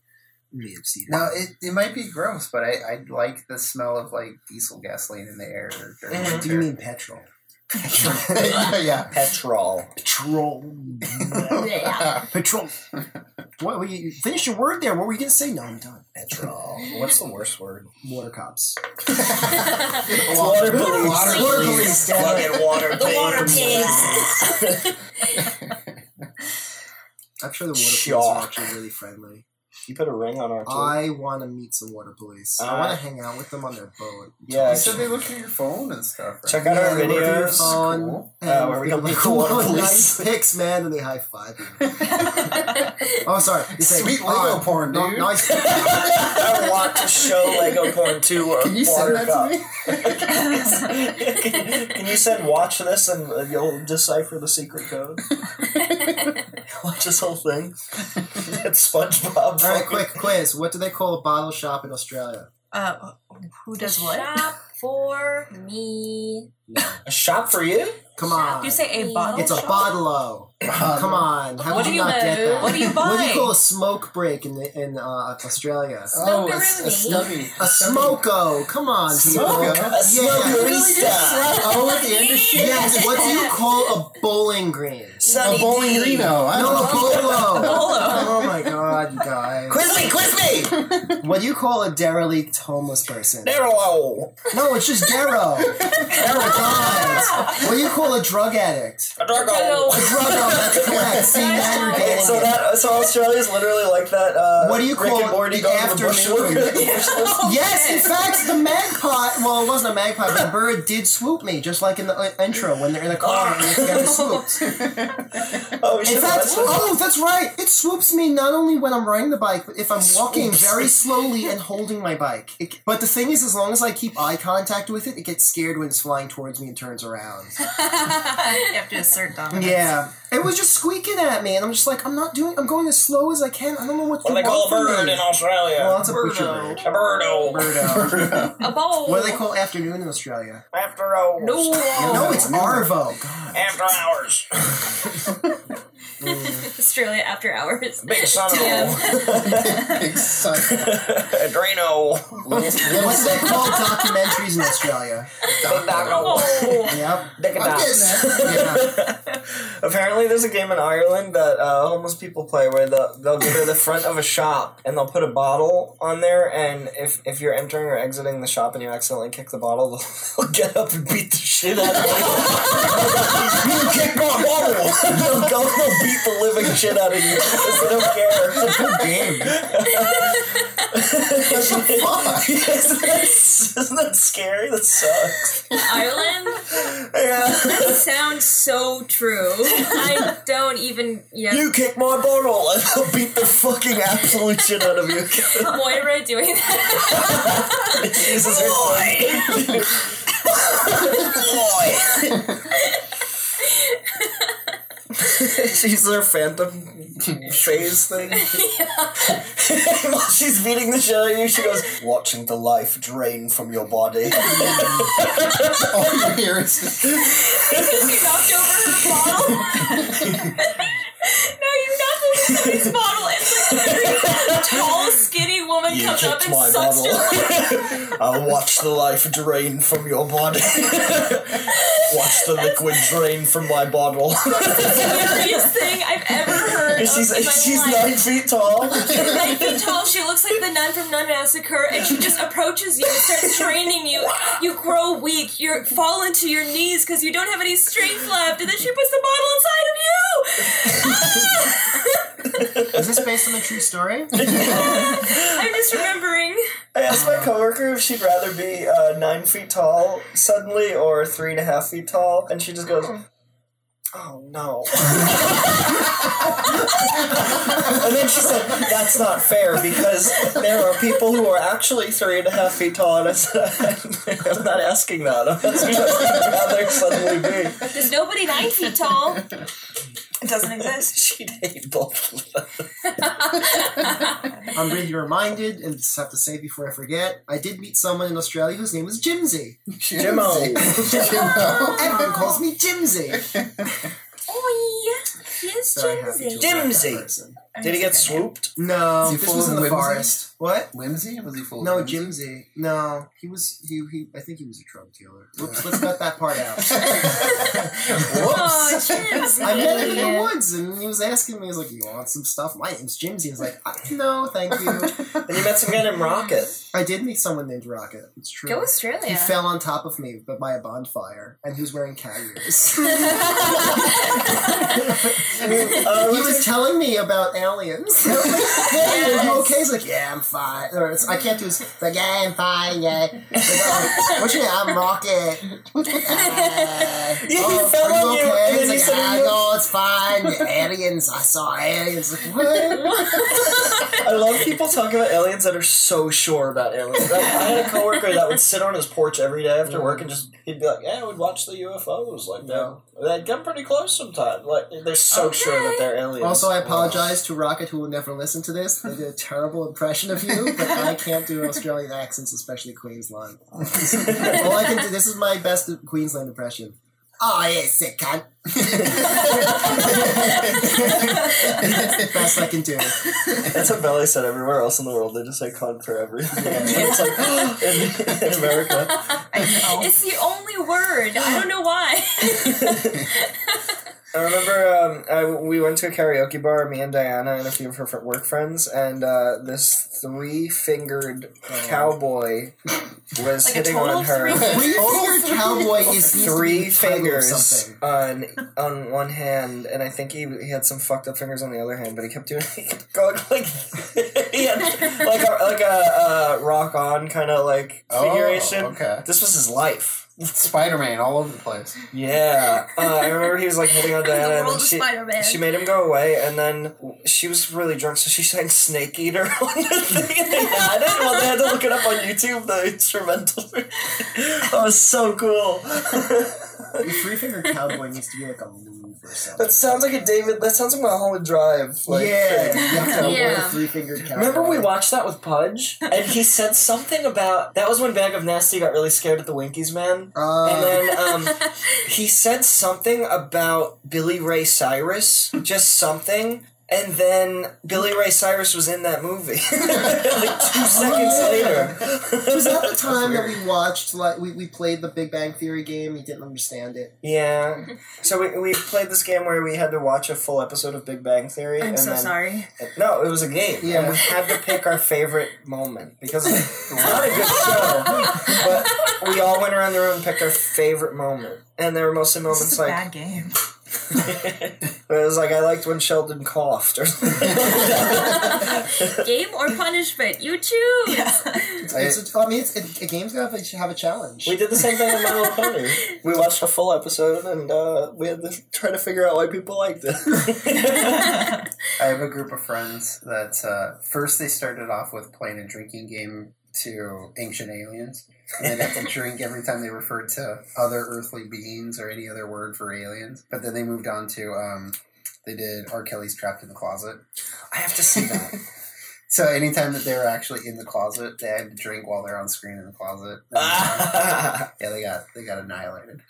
[SPEAKER 3] Maybe it's cedar.
[SPEAKER 4] No, it, it might be gross, but I, I like the smell of like diesel gasoline in the air during
[SPEAKER 3] What
[SPEAKER 4] winter.
[SPEAKER 3] do you mean petrol?
[SPEAKER 4] yeah, yeah.
[SPEAKER 2] Petrol.
[SPEAKER 3] Petrol.
[SPEAKER 1] Yeah.
[SPEAKER 3] petrol. What were you, finish your word there? What were you gonna say? No, I'm done.
[SPEAKER 2] Petrol. What's the worst word?
[SPEAKER 3] Water cops.
[SPEAKER 2] Water police.
[SPEAKER 4] Water
[SPEAKER 3] Water
[SPEAKER 4] police.
[SPEAKER 3] police. damn it.
[SPEAKER 2] Fucking water
[SPEAKER 1] the water pigs.
[SPEAKER 3] I'm sure the water police are
[SPEAKER 2] Shock.
[SPEAKER 3] actually really friendly.
[SPEAKER 2] You put a ring on our tooth.
[SPEAKER 3] I want to meet some water police. I
[SPEAKER 2] Uh,
[SPEAKER 3] want to hang out with them on their boat.
[SPEAKER 2] Yeah.
[SPEAKER 4] You said they look at your phone and stuff. Right?
[SPEAKER 2] Check out our
[SPEAKER 3] Yeah, look at your
[SPEAKER 2] videos.
[SPEAKER 3] phone.
[SPEAKER 4] Cool.
[SPEAKER 3] And
[SPEAKER 2] Uh, where we
[SPEAKER 3] they're
[SPEAKER 2] can meet
[SPEAKER 3] like,
[SPEAKER 2] the water
[SPEAKER 3] "Whoa,
[SPEAKER 2] police."
[SPEAKER 3] Nice pics, man, and they high five you. oh, sorry. You say,
[SPEAKER 4] Sweet Lego
[SPEAKER 3] "Oh,
[SPEAKER 4] porn,
[SPEAKER 3] no-
[SPEAKER 4] dude."
[SPEAKER 3] nice-
[SPEAKER 2] I want to show Lego porn to a
[SPEAKER 4] Can you
[SPEAKER 2] water
[SPEAKER 4] send that
[SPEAKER 2] cup.
[SPEAKER 4] to me?
[SPEAKER 2] can, can you send watch this and uh, you'll decipher the secret code? watch this whole thing. It's SpongeBob.
[SPEAKER 3] All right, quick quiz. What do they call a bottle shop in Australia?
[SPEAKER 5] Uh, who does what?
[SPEAKER 1] Shop for me.
[SPEAKER 2] A shop for you?
[SPEAKER 3] Come on.
[SPEAKER 5] You say a bottle.
[SPEAKER 3] It's a
[SPEAKER 5] shop?
[SPEAKER 3] bottle. Come on. How
[SPEAKER 5] What
[SPEAKER 3] did
[SPEAKER 5] do
[SPEAKER 3] you
[SPEAKER 5] you
[SPEAKER 3] not get
[SPEAKER 1] know?
[SPEAKER 3] that?
[SPEAKER 5] What do you buy?
[SPEAKER 3] What do you call a smoke break in the, in uh, Australia?
[SPEAKER 4] Oh, a, a
[SPEAKER 1] Snuggeroni.
[SPEAKER 4] stubby.
[SPEAKER 3] A smoko. Come on.
[SPEAKER 4] Smoko?
[SPEAKER 3] people.
[SPEAKER 2] A smokerista.
[SPEAKER 4] Oh, with the end of shit.
[SPEAKER 3] Yes. What do you call a bowling green?
[SPEAKER 4] A bowling green. Oh, I
[SPEAKER 3] No,
[SPEAKER 4] don't
[SPEAKER 3] a
[SPEAKER 4] know.
[SPEAKER 3] bolo. Oh
[SPEAKER 2] me, quiz me!
[SPEAKER 3] What do you call a derelict homeless person?
[SPEAKER 2] Nerlo!
[SPEAKER 3] No, it's just Darrow. Darrow guys. What do you call a drug addict?
[SPEAKER 2] Dargo!
[SPEAKER 1] Dargo.
[SPEAKER 3] Drug addict. That's correct. See, now you're
[SPEAKER 2] Okay,
[SPEAKER 3] getting
[SPEAKER 2] so
[SPEAKER 3] it.
[SPEAKER 2] that so Australia's literally like that. Uh,
[SPEAKER 3] What do you
[SPEAKER 2] Rick
[SPEAKER 3] call
[SPEAKER 2] and Morty
[SPEAKER 3] the
[SPEAKER 2] going to
[SPEAKER 3] afternoon?
[SPEAKER 2] bushwhacker?
[SPEAKER 3] Yes, in fact, the magpie. Well, it wasn't a magpie, but a bird did swoop me, just like in the uh, intro when they're in the car and they together swoops.
[SPEAKER 2] Oh, we
[SPEAKER 3] In
[SPEAKER 2] should
[SPEAKER 3] fact,
[SPEAKER 2] have listened.
[SPEAKER 3] oh, that's right. It swoops me not only when I'm riding the bike, but if I'm walking very slowly and holding my bike. It- but the thing is, as long as I keep eye contact with it, it gets scared when it's flying towards me and turns around.
[SPEAKER 5] you have to assert dominance.
[SPEAKER 3] Yeah, it was just squeaking at me, and I'm just like, I'm not doing. I'm going as slow as I can. I don't know what
[SPEAKER 2] What do
[SPEAKER 3] you
[SPEAKER 2] they call a
[SPEAKER 3] want from
[SPEAKER 2] bird
[SPEAKER 3] me.
[SPEAKER 2] in Australia?
[SPEAKER 3] Well, that's a
[SPEAKER 5] Birdo.
[SPEAKER 3] butcher bird.
[SPEAKER 2] a oh. birdo.
[SPEAKER 1] A bowl.
[SPEAKER 3] What do they call afternoon in Australia?
[SPEAKER 2] After hours.
[SPEAKER 1] No.
[SPEAKER 3] No, it's Arvo. God.
[SPEAKER 2] After hours.
[SPEAKER 1] Australia after hours.
[SPEAKER 2] Big sun.
[SPEAKER 4] Big suck.
[SPEAKER 2] Adreno.
[SPEAKER 3] What's they call documentaries in Australia?
[SPEAKER 2] Big doggo.
[SPEAKER 1] Oh.
[SPEAKER 3] Yep.
[SPEAKER 2] Dick and
[SPEAKER 4] I'm
[SPEAKER 2] dog.
[SPEAKER 4] getting there.
[SPEAKER 3] Yeah.
[SPEAKER 2] Apparently, there's a game in Ireland that uh, homeless people play where they'll, they'll go to the front of a shop and they'll put a bottle on there, and if, if you're entering or exiting the shop and you accidentally kick the bottle, they'll, they'll get up and beat the shit out of you. you kicked my bottle! they'll go they'll beat the living shit out of you because they don't care.
[SPEAKER 3] Good game.
[SPEAKER 2] Isn't that, isn't that scary? That sucks.
[SPEAKER 1] Ireland?
[SPEAKER 2] Yeah.
[SPEAKER 1] That sounds so true. I don't even. Yeah.
[SPEAKER 2] You kick my bottle and they'll beat the fucking absolute shit out of you.
[SPEAKER 1] Moira doing that.
[SPEAKER 2] Jesus Boy. she's her phantom phase thing. While she's beating the shit out of you, she goes, watching the life drain from your body.
[SPEAKER 4] All you hear is
[SPEAKER 1] Because you knocked over her bottle. no, you knocked over somebody's bottle. It's like every tall, skinny woman
[SPEAKER 2] You
[SPEAKER 1] comes up
[SPEAKER 2] kicked
[SPEAKER 1] and
[SPEAKER 2] my
[SPEAKER 1] sucks
[SPEAKER 2] bottle.
[SPEAKER 1] your
[SPEAKER 2] I'll watch the life drain from your body. watch the liquid drain from my bottle.
[SPEAKER 1] scariest thing I've ever heard.
[SPEAKER 2] she's
[SPEAKER 1] of in my
[SPEAKER 2] she's
[SPEAKER 1] life.
[SPEAKER 2] nine feet tall.
[SPEAKER 1] nine feet tall. She looks like the nun from Nun Massacre, and she just approaches you and starts training you. You grow weak. You fall into your knees because you don't have any strength left, and then she puts the bottle inside of you.
[SPEAKER 3] Is this based on a true story?
[SPEAKER 1] I'm just remembering.
[SPEAKER 2] I asked my coworker if she'd rather be uh, nine feet tall suddenly or three and a half feet tall, and she just goes, "Oh no." and then she said, "That's not fair because there are people who are actually three and a half feet tall." And I said, "I'm not asking that. I'm asking what I'd rather suddenly be."
[SPEAKER 1] There's nobody nine feet tall.
[SPEAKER 5] It doesn't exist.
[SPEAKER 2] She'd hate both of them.
[SPEAKER 3] I'm really reminded, and just have to say before I forget, I did meet someone in Australia whose name was Jimsy.
[SPEAKER 2] Jimmo.
[SPEAKER 4] Jimmo.
[SPEAKER 3] Everyone calls me Jimsy.
[SPEAKER 1] Oi, yes,
[SPEAKER 3] Very happy to
[SPEAKER 1] Jimsy.
[SPEAKER 3] have met that
[SPEAKER 2] Jimsy.
[SPEAKER 3] person.
[SPEAKER 2] Did he get swooped?
[SPEAKER 3] No,
[SPEAKER 4] Is
[SPEAKER 3] Um,
[SPEAKER 4] he
[SPEAKER 3] this
[SPEAKER 4] full
[SPEAKER 3] was
[SPEAKER 4] of
[SPEAKER 3] in the
[SPEAKER 4] whimsy?
[SPEAKER 3] forest. What?
[SPEAKER 4] Whimsy? Was he full? of
[SPEAKER 3] No,
[SPEAKER 4] whimsy?
[SPEAKER 3] Jimsy. No, he was. He. He. I think he was a drug dealer. Whoops. let's cut that part out.
[SPEAKER 1] Oh,
[SPEAKER 3] Whoops.
[SPEAKER 1] Jimsy.
[SPEAKER 3] I met him in the woods, and he was asking me, he was like, "You want some stuff?" My name's Jimsy. I was like, I, "No, thank you."
[SPEAKER 2] And you met some guy named Rocket.
[SPEAKER 3] I did meet someone named Rocket. It's true.
[SPEAKER 1] Go Australia.
[SPEAKER 3] He fell on top of me, but by a bonfire, and he was wearing cat ears.
[SPEAKER 2] Uh,
[SPEAKER 3] he was telling me about aliens. I was like, "Hey, are you okay? He's like, yeah, I'm fine. Or it's, I can't do this. It's like, yeah, I'm fine. Yeah. He's like, "Oh, what's your name? I'm Rocket. "Oh,
[SPEAKER 2] he
[SPEAKER 3] yeah,
[SPEAKER 2] fell on you, and then
[SPEAKER 3] He's
[SPEAKER 2] he
[SPEAKER 3] like,
[SPEAKER 2] said he
[SPEAKER 3] ah,
[SPEAKER 2] looked-
[SPEAKER 3] no, it's fine. The aliens. I saw aliens. Like, what?
[SPEAKER 2] I love people talking about aliens that are so sure about aliens. I, I had a coworker that would sit on his porch every day after work
[SPEAKER 3] Mm.
[SPEAKER 2] and just he'd be like, "Yeah, I would watch the UFOs. Like
[SPEAKER 3] No.
[SPEAKER 2] they they'd come pretty close sometimes. Like they're so sure that they're aliens."
[SPEAKER 3] Also, I apologize to Rocket, who will never listen to this. I did a terrible impression of you, but I can't do Australian accents, especially Queensland. All I can do, this is my best Queensland impression. Oh, yes, it can. best I can do.
[SPEAKER 2] that's what Belly said. Everywhere else in the world, they just say "con" for everything. It's like, in, in America,
[SPEAKER 5] I know.
[SPEAKER 1] It's the only word. I don't know why.
[SPEAKER 2] I remember um, I, we went to a karaoke bar, me and Diana and a few of her fr- work friends, and uh, this three fingered
[SPEAKER 4] Oh.
[SPEAKER 2] cowboy was
[SPEAKER 5] Like a
[SPEAKER 2] hitting
[SPEAKER 5] total
[SPEAKER 2] on
[SPEAKER 5] of
[SPEAKER 2] her.
[SPEAKER 5] three?
[SPEAKER 3] Three fingered cowboy is needs to be
[SPEAKER 2] Three
[SPEAKER 3] the title of
[SPEAKER 2] fingers
[SPEAKER 3] something.
[SPEAKER 2] on on one hand, and I think he, he had some fucked up fingers on the other hand. But he kept doing he kept going like he had like a, like a uh, rock on kind of like figuration.
[SPEAKER 4] Oh, okay.
[SPEAKER 2] This was his life.
[SPEAKER 4] Spider Man all over the place.
[SPEAKER 2] Yeah, uh, I remember he was like hitting on Diana, and
[SPEAKER 1] world
[SPEAKER 2] then
[SPEAKER 1] of
[SPEAKER 2] she
[SPEAKER 1] Spider-Man.
[SPEAKER 2] she made him go away, and then she was really drunk, so she sang "Snake Eater" on the thing. They had it. Well, they had to look it up on YouTube. The instrumental. that was so cool.
[SPEAKER 3] The three fingered cowboy needs to be like a move or something.
[SPEAKER 2] that sounds like a David. That sounds like Mulholland Drive. Like,
[SPEAKER 3] yeah,
[SPEAKER 2] thing.
[SPEAKER 3] you have to have
[SPEAKER 1] Yeah.
[SPEAKER 3] three fingered cowboy.
[SPEAKER 2] Remember we watched that with Pudge, and he said something about that was when Bag of Nasty got really scared at the Winkies man. And
[SPEAKER 3] Uh,
[SPEAKER 2] then um, he said something about Billy Ray Cyrus, just something. And then Billy Ray Cyrus was in that movie. like two seconds later.
[SPEAKER 3] Oh, was that the time that we watched like we, we played the Big Bang Theory game? You didn't understand it.
[SPEAKER 2] yeah. So we, we played this game where we had to watch a full episode of Big Bang Theory.
[SPEAKER 1] I'm
[SPEAKER 2] and
[SPEAKER 1] so
[SPEAKER 2] then,
[SPEAKER 1] sorry.
[SPEAKER 2] No, it was a game. Yeah. And
[SPEAKER 3] Yeah.
[SPEAKER 2] we had to pick our favorite moment because it's not a good show. But we all went around the room and picked our favorite moment. And there were mostly
[SPEAKER 5] This
[SPEAKER 2] moments
[SPEAKER 5] is a
[SPEAKER 2] like
[SPEAKER 5] bad game.
[SPEAKER 2] But it was like I liked when Sheldon coughed. Or
[SPEAKER 1] Game or punishment? You choose.
[SPEAKER 3] It's, it's a, I mean, it's, it, a game's got to have a challenge.
[SPEAKER 2] we did the same thing with My Little Pony. We watched a full episode and uh, we had to try to figure out why people liked it.
[SPEAKER 4] I have a group of friends that uh, first they started off with playing a drinking game to ancient aliens, and they'd have to drink every time they referred to other earthly beings or any other word for aliens. But then they moved on to um, they did R. Kelly's Trapped in the Closet.
[SPEAKER 2] I have to see that.
[SPEAKER 4] So anytime that they were actually in the closet, they had to drink while they're on screen in the closet. And, uh,
[SPEAKER 2] Ah.
[SPEAKER 4] yeah, they got they got annihilated.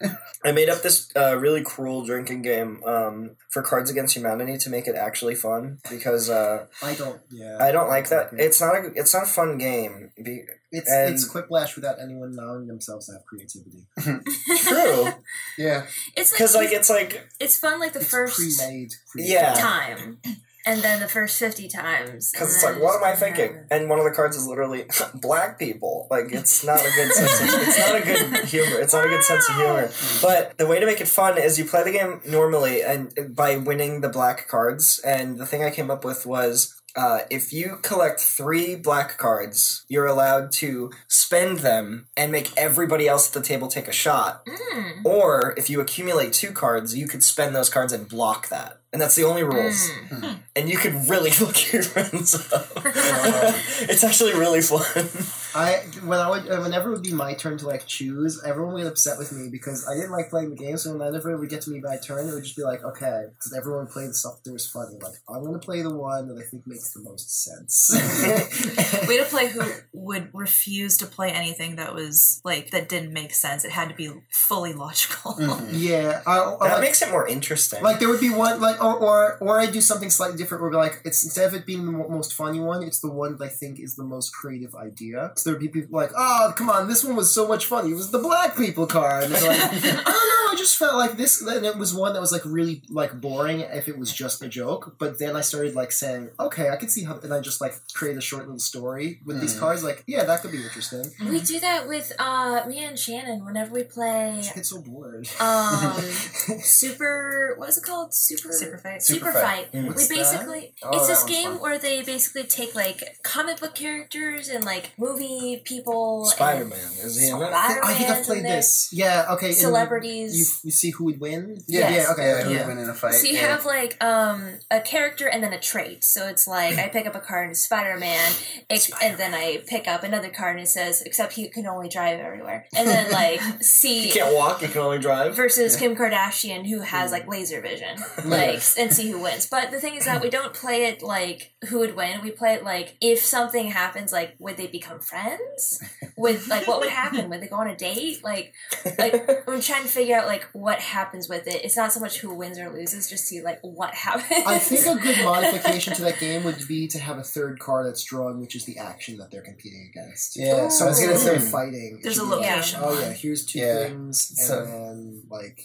[SPEAKER 2] I made up this uh, really cruel drinking game um, for Cards Against Humanity to make it actually fun because uh,
[SPEAKER 3] I don't. Yeah,
[SPEAKER 2] I don't like that. It's not a it's not a fun game. Be-
[SPEAKER 3] It's
[SPEAKER 2] And-
[SPEAKER 3] it's quiplash without anyone allowing themselves to have creativity.
[SPEAKER 2] True,
[SPEAKER 4] yeah,
[SPEAKER 1] It's
[SPEAKER 2] because
[SPEAKER 1] like,
[SPEAKER 2] like it's like
[SPEAKER 1] it's fun like the
[SPEAKER 3] It's
[SPEAKER 1] first
[SPEAKER 3] pre-made.
[SPEAKER 2] Yeah.
[SPEAKER 1] time, and then the first fifty times.
[SPEAKER 2] because
[SPEAKER 1] and
[SPEAKER 2] it's
[SPEAKER 1] then
[SPEAKER 2] like what am I
[SPEAKER 1] just
[SPEAKER 2] thinking?
[SPEAKER 1] never.
[SPEAKER 2] And one of the cards is literally black people. Like it's not a good sense. Of, it's not a good humor. It's not a good sense of humor. But the way to make it fun is you play the game normally and by winning the black cards. And the thing I came up with was. Uh, if you collect three black cards, you're allowed to spend them and make everybody else at the table take a shot.
[SPEAKER 1] Mm.
[SPEAKER 2] Or if you accumulate two cards, you could spend those cards and block that. And that's the only rules
[SPEAKER 1] Mm.
[SPEAKER 2] and you could really hook your friends up. it's actually really fun.
[SPEAKER 3] I when I would uh, whenever it would be my turn to like choose, everyone would get upset with me because I didn't like playing the game. So whenever it would get to me by turn, it would just be like, okay, because everyone played the stuff that was funny. Like I'm gonna play the one that I think makes the most sense.
[SPEAKER 5] Way to play who would refuse to play anything that was like that didn't make sense. It had to be fully
[SPEAKER 1] Oh,
[SPEAKER 5] logical.
[SPEAKER 2] Mm.
[SPEAKER 4] mm-hmm.
[SPEAKER 3] yeah, I, I
[SPEAKER 2] That
[SPEAKER 3] like,
[SPEAKER 2] makes it more interesting.
[SPEAKER 3] like there would be one like or, or or I do something slightly different where like it's instead of it being the mo- most funny one, it's the one that I think is the most creative idea. So there would be people like, oh come on, this one was so much fun. It was the black people card. And it's like, I don't know. I just felt like this. And it was one that was like really like boring if it was just a joke. But then I started like saying, okay, I can see how. And I just like create a short little story with these
[SPEAKER 4] Mhm.
[SPEAKER 3] cards. Like, yeah, that could be interesting.
[SPEAKER 1] We do that with uh, me and Shannon whenever we play
[SPEAKER 3] It's so bored.
[SPEAKER 1] um, super. What is it called? Super
[SPEAKER 5] Super fight.
[SPEAKER 1] Super,
[SPEAKER 4] Super
[SPEAKER 1] fight.
[SPEAKER 2] Mm.
[SPEAKER 1] We
[SPEAKER 3] What's that?
[SPEAKER 1] basically
[SPEAKER 3] Oh,
[SPEAKER 1] it's
[SPEAKER 3] that
[SPEAKER 1] this
[SPEAKER 3] one's
[SPEAKER 1] game
[SPEAKER 3] fun.
[SPEAKER 1] where they basically take like comic book characters and like movie people, and
[SPEAKER 2] Spider Man is he in it?
[SPEAKER 3] I think I've
[SPEAKER 1] Spider-Mans
[SPEAKER 3] played
[SPEAKER 1] and their
[SPEAKER 3] this. Yeah. Okay. and You,
[SPEAKER 1] Celebrities.
[SPEAKER 3] you see who would win?
[SPEAKER 1] Yes.
[SPEAKER 3] Yeah. Okay.
[SPEAKER 4] yeah, who
[SPEAKER 5] yeah.
[SPEAKER 4] win in a fight?
[SPEAKER 1] so you
[SPEAKER 4] yeah.
[SPEAKER 1] have like um, a character and then a trait. So it's like I pick up a card and it's Spider-Man, ex- and then I pick up another card and it says except he can only drive everywhere. And then like
[SPEAKER 2] He
[SPEAKER 1] C
[SPEAKER 2] can't walk. He can only drive.
[SPEAKER 1] versus Kim Kardashian, who
[SPEAKER 3] Mm.
[SPEAKER 1] has like laser vision, like and see who wins. But the thing is that we don't play it like who would win. We play it like if something happens, like would they become friends? With like what would happen? Would they go on a date? Like, like I'm trying to figure out like what happens with it. It's not so much who wins or loses, just see like what happens.
[SPEAKER 3] I think a good modification to that game would be to have a third card that's drawn, which is the action that they're competing against.
[SPEAKER 4] yeah. So I
[SPEAKER 1] Oh.
[SPEAKER 4] was
[SPEAKER 3] Instead
[SPEAKER 4] gonna
[SPEAKER 3] of
[SPEAKER 4] say
[SPEAKER 3] fighting. it
[SPEAKER 5] Mm. There's a
[SPEAKER 3] should be like,
[SPEAKER 5] location.
[SPEAKER 3] Oh yeah, here's two
[SPEAKER 4] Yeah.
[SPEAKER 3] things, and
[SPEAKER 4] So-
[SPEAKER 3] then like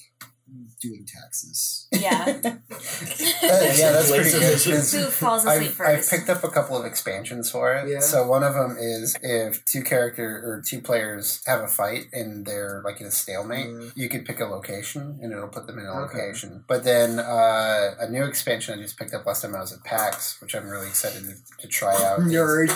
[SPEAKER 3] doing taxes.
[SPEAKER 1] Yeah.
[SPEAKER 4] yeah, that's pretty
[SPEAKER 2] Laser
[SPEAKER 4] good.
[SPEAKER 2] vision.
[SPEAKER 1] Who falls asleep
[SPEAKER 4] I've, I've
[SPEAKER 1] first?
[SPEAKER 4] picked up a couple of expansions for it.
[SPEAKER 3] Yeah.
[SPEAKER 4] So one of them is if two character or two players have a fight and they're like in a stalemate,
[SPEAKER 3] Mm.
[SPEAKER 2] Mhm.
[SPEAKER 4] you could pick a location and it'll put them in a
[SPEAKER 2] Okay.
[SPEAKER 4] location. But then uh, a new expansion I just picked up last time I was at PAX, which I'm really excited to, to try out. is-
[SPEAKER 3] Nerd.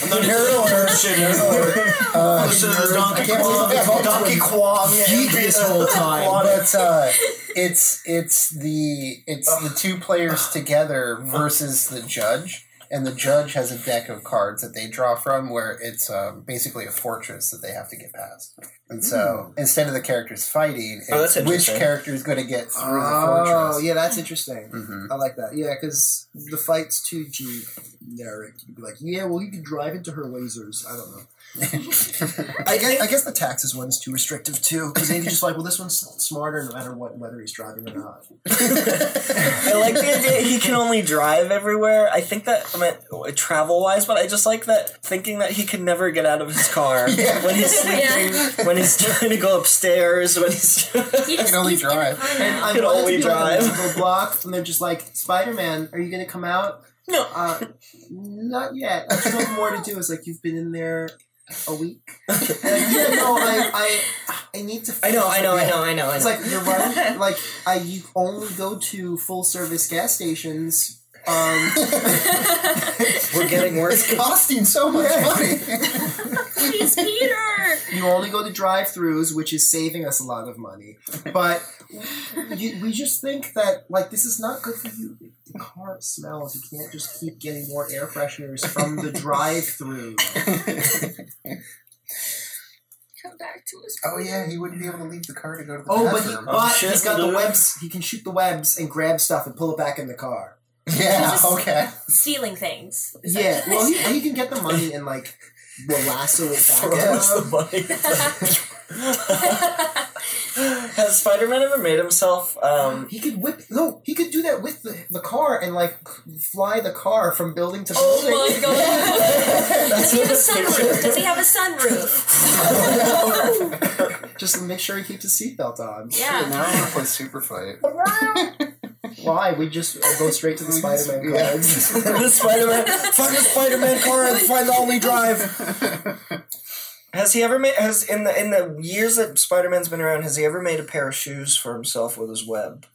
[SPEAKER 2] I'm not a
[SPEAKER 4] Uh,
[SPEAKER 2] Listen to
[SPEAKER 4] nerd-
[SPEAKER 2] Donkey
[SPEAKER 4] I can't believe
[SPEAKER 2] Kong.
[SPEAKER 4] I called Donkey Kong.
[SPEAKER 3] Geek this whole
[SPEAKER 4] Well,
[SPEAKER 3] time.
[SPEAKER 4] it's, uh, it's it's the it's the two players together versus the judge, and the judge has a deck of cards that they draw from, where it's um, basically a fortress that they have to get past. And so instead of the characters fighting,
[SPEAKER 2] Hmm. Oh,
[SPEAKER 4] it's
[SPEAKER 2] that's
[SPEAKER 4] which
[SPEAKER 2] interesting.
[SPEAKER 4] character is going to get through the
[SPEAKER 3] Oh,
[SPEAKER 4] fortress.
[SPEAKER 3] yeah, that's interesting.
[SPEAKER 4] Mhm.
[SPEAKER 3] I like that. Yeah, because the fight's too generic. You'd be like, yeah, well, you could drive into her lasers. I don't know. I guess, I guess the taxes one's too restrictive too, because then you're just like, well, this one's smarter no matter what, whether he's driving or not.
[SPEAKER 2] I like the idea he can only drive everywhere. I think that I mean travel wise, but I just like that thinking that he can never get out of his car
[SPEAKER 4] Yeah.
[SPEAKER 2] when he's sleeping,
[SPEAKER 1] Yeah.
[SPEAKER 2] when he's trying to go upstairs, when he's
[SPEAKER 1] He
[SPEAKER 4] can only
[SPEAKER 1] he's in a
[SPEAKER 4] drive.
[SPEAKER 1] car
[SPEAKER 3] And
[SPEAKER 1] now.
[SPEAKER 3] I
[SPEAKER 2] Could
[SPEAKER 3] wanted to
[SPEAKER 2] only
[SPEAKER 3] be like a
[SPEAKER 2] drive.
[SPEAKER 3] Lego block, and they're just like, Spider Man, are you gonna come out?
[SPEAKER 2] no.
[SPEAKER 3] Uh, not yet. I still have more to do. It's like you've been in there a week. And like, yeah, no, I, I, I need to.
[SPEAKER 2] I know, I know, I know, I know. I
[SPEAKER 3] It's
[SPEAKER 2] know.
[SPEAKER 3] like you're running. Like I, you only go to full service gas stations. Um,
[SPEAKER 2] we're getting worse.
[SPEAKER 4] It's costing so much
[SPEAKER 3] Yeah.
[SPEAKER 4] money.
[SPEAKER 1] Jeez, Peter.
[SPEAKER 3] you only go to drive-throughs, which is saving us a lot of money. But you, we just think that like this is not good for you. The car smells. You can't just keep getting more air fresheners from the drive-through.
[SPEAKER 1] Come back to us.
[SPEAKER 4] oh yeah, he wouldn't be able to leave the car to go to the
[SPEAKER 3] Oh, but, he,
[SPEAKER 4] bathroom.
[SPEAKER 3] but
[SPEAKER 2] shit,
[SPEAKER 3] he's got the
[SPEAKER 2] dude.
[SPEAKER 3] webs. He can shoot the webs and grab stuff and pull it back in the car.
[SPEAKER 4] yeah,
[SPEAKER 1] Just-
[SPEAKER 4] okay.
[SPEAKER 1] Stealing things.
[SPEAKER 3] Yeah, well, he, he can get the money and like will lasso it back.
[SPEAKER 2] Throws
[SPEAKER 3] out.
[SPEAKER 2] the
[SPEAKER 1] Oh
[SPEAKER 2] money. Has Spider Man ever made himself? Um,
[SPEAKER 3] He could whip. No, he could do that with the, the car and like fly the car from building to
[SPEAKER 1] Oh my
[SPEAKER 3] building.
[SPEAKER 1] god. Does
[SPEAKER 2] that's
[SPEAKER 1] he
[SPEAKER 2] what
[SPEAKER 1] have a
[SPEAKER 2] this picture-
[SPEAKER 1] sunroof? Does he have a sunroof?
[SPEAKER 3] Just make sure he keeps his seatbelt on.
[SPEAKER 4] Dude,
[SPEAKER 1] Yeah.
[SPEAKER 4] now I want to play Super Fight.
[SPEAKER 3] Why? We just go straight to the Spider-Man
[SPEAKER 4] Yeah.
[SPEAKER 3] cards.
[SPEAKER 2] the Spider Man, find the Spider Man car and find the only drive. Has he ever made? Has in the in the years that Spider Man's been around, has he ever made a pair of shoes for himself with his web?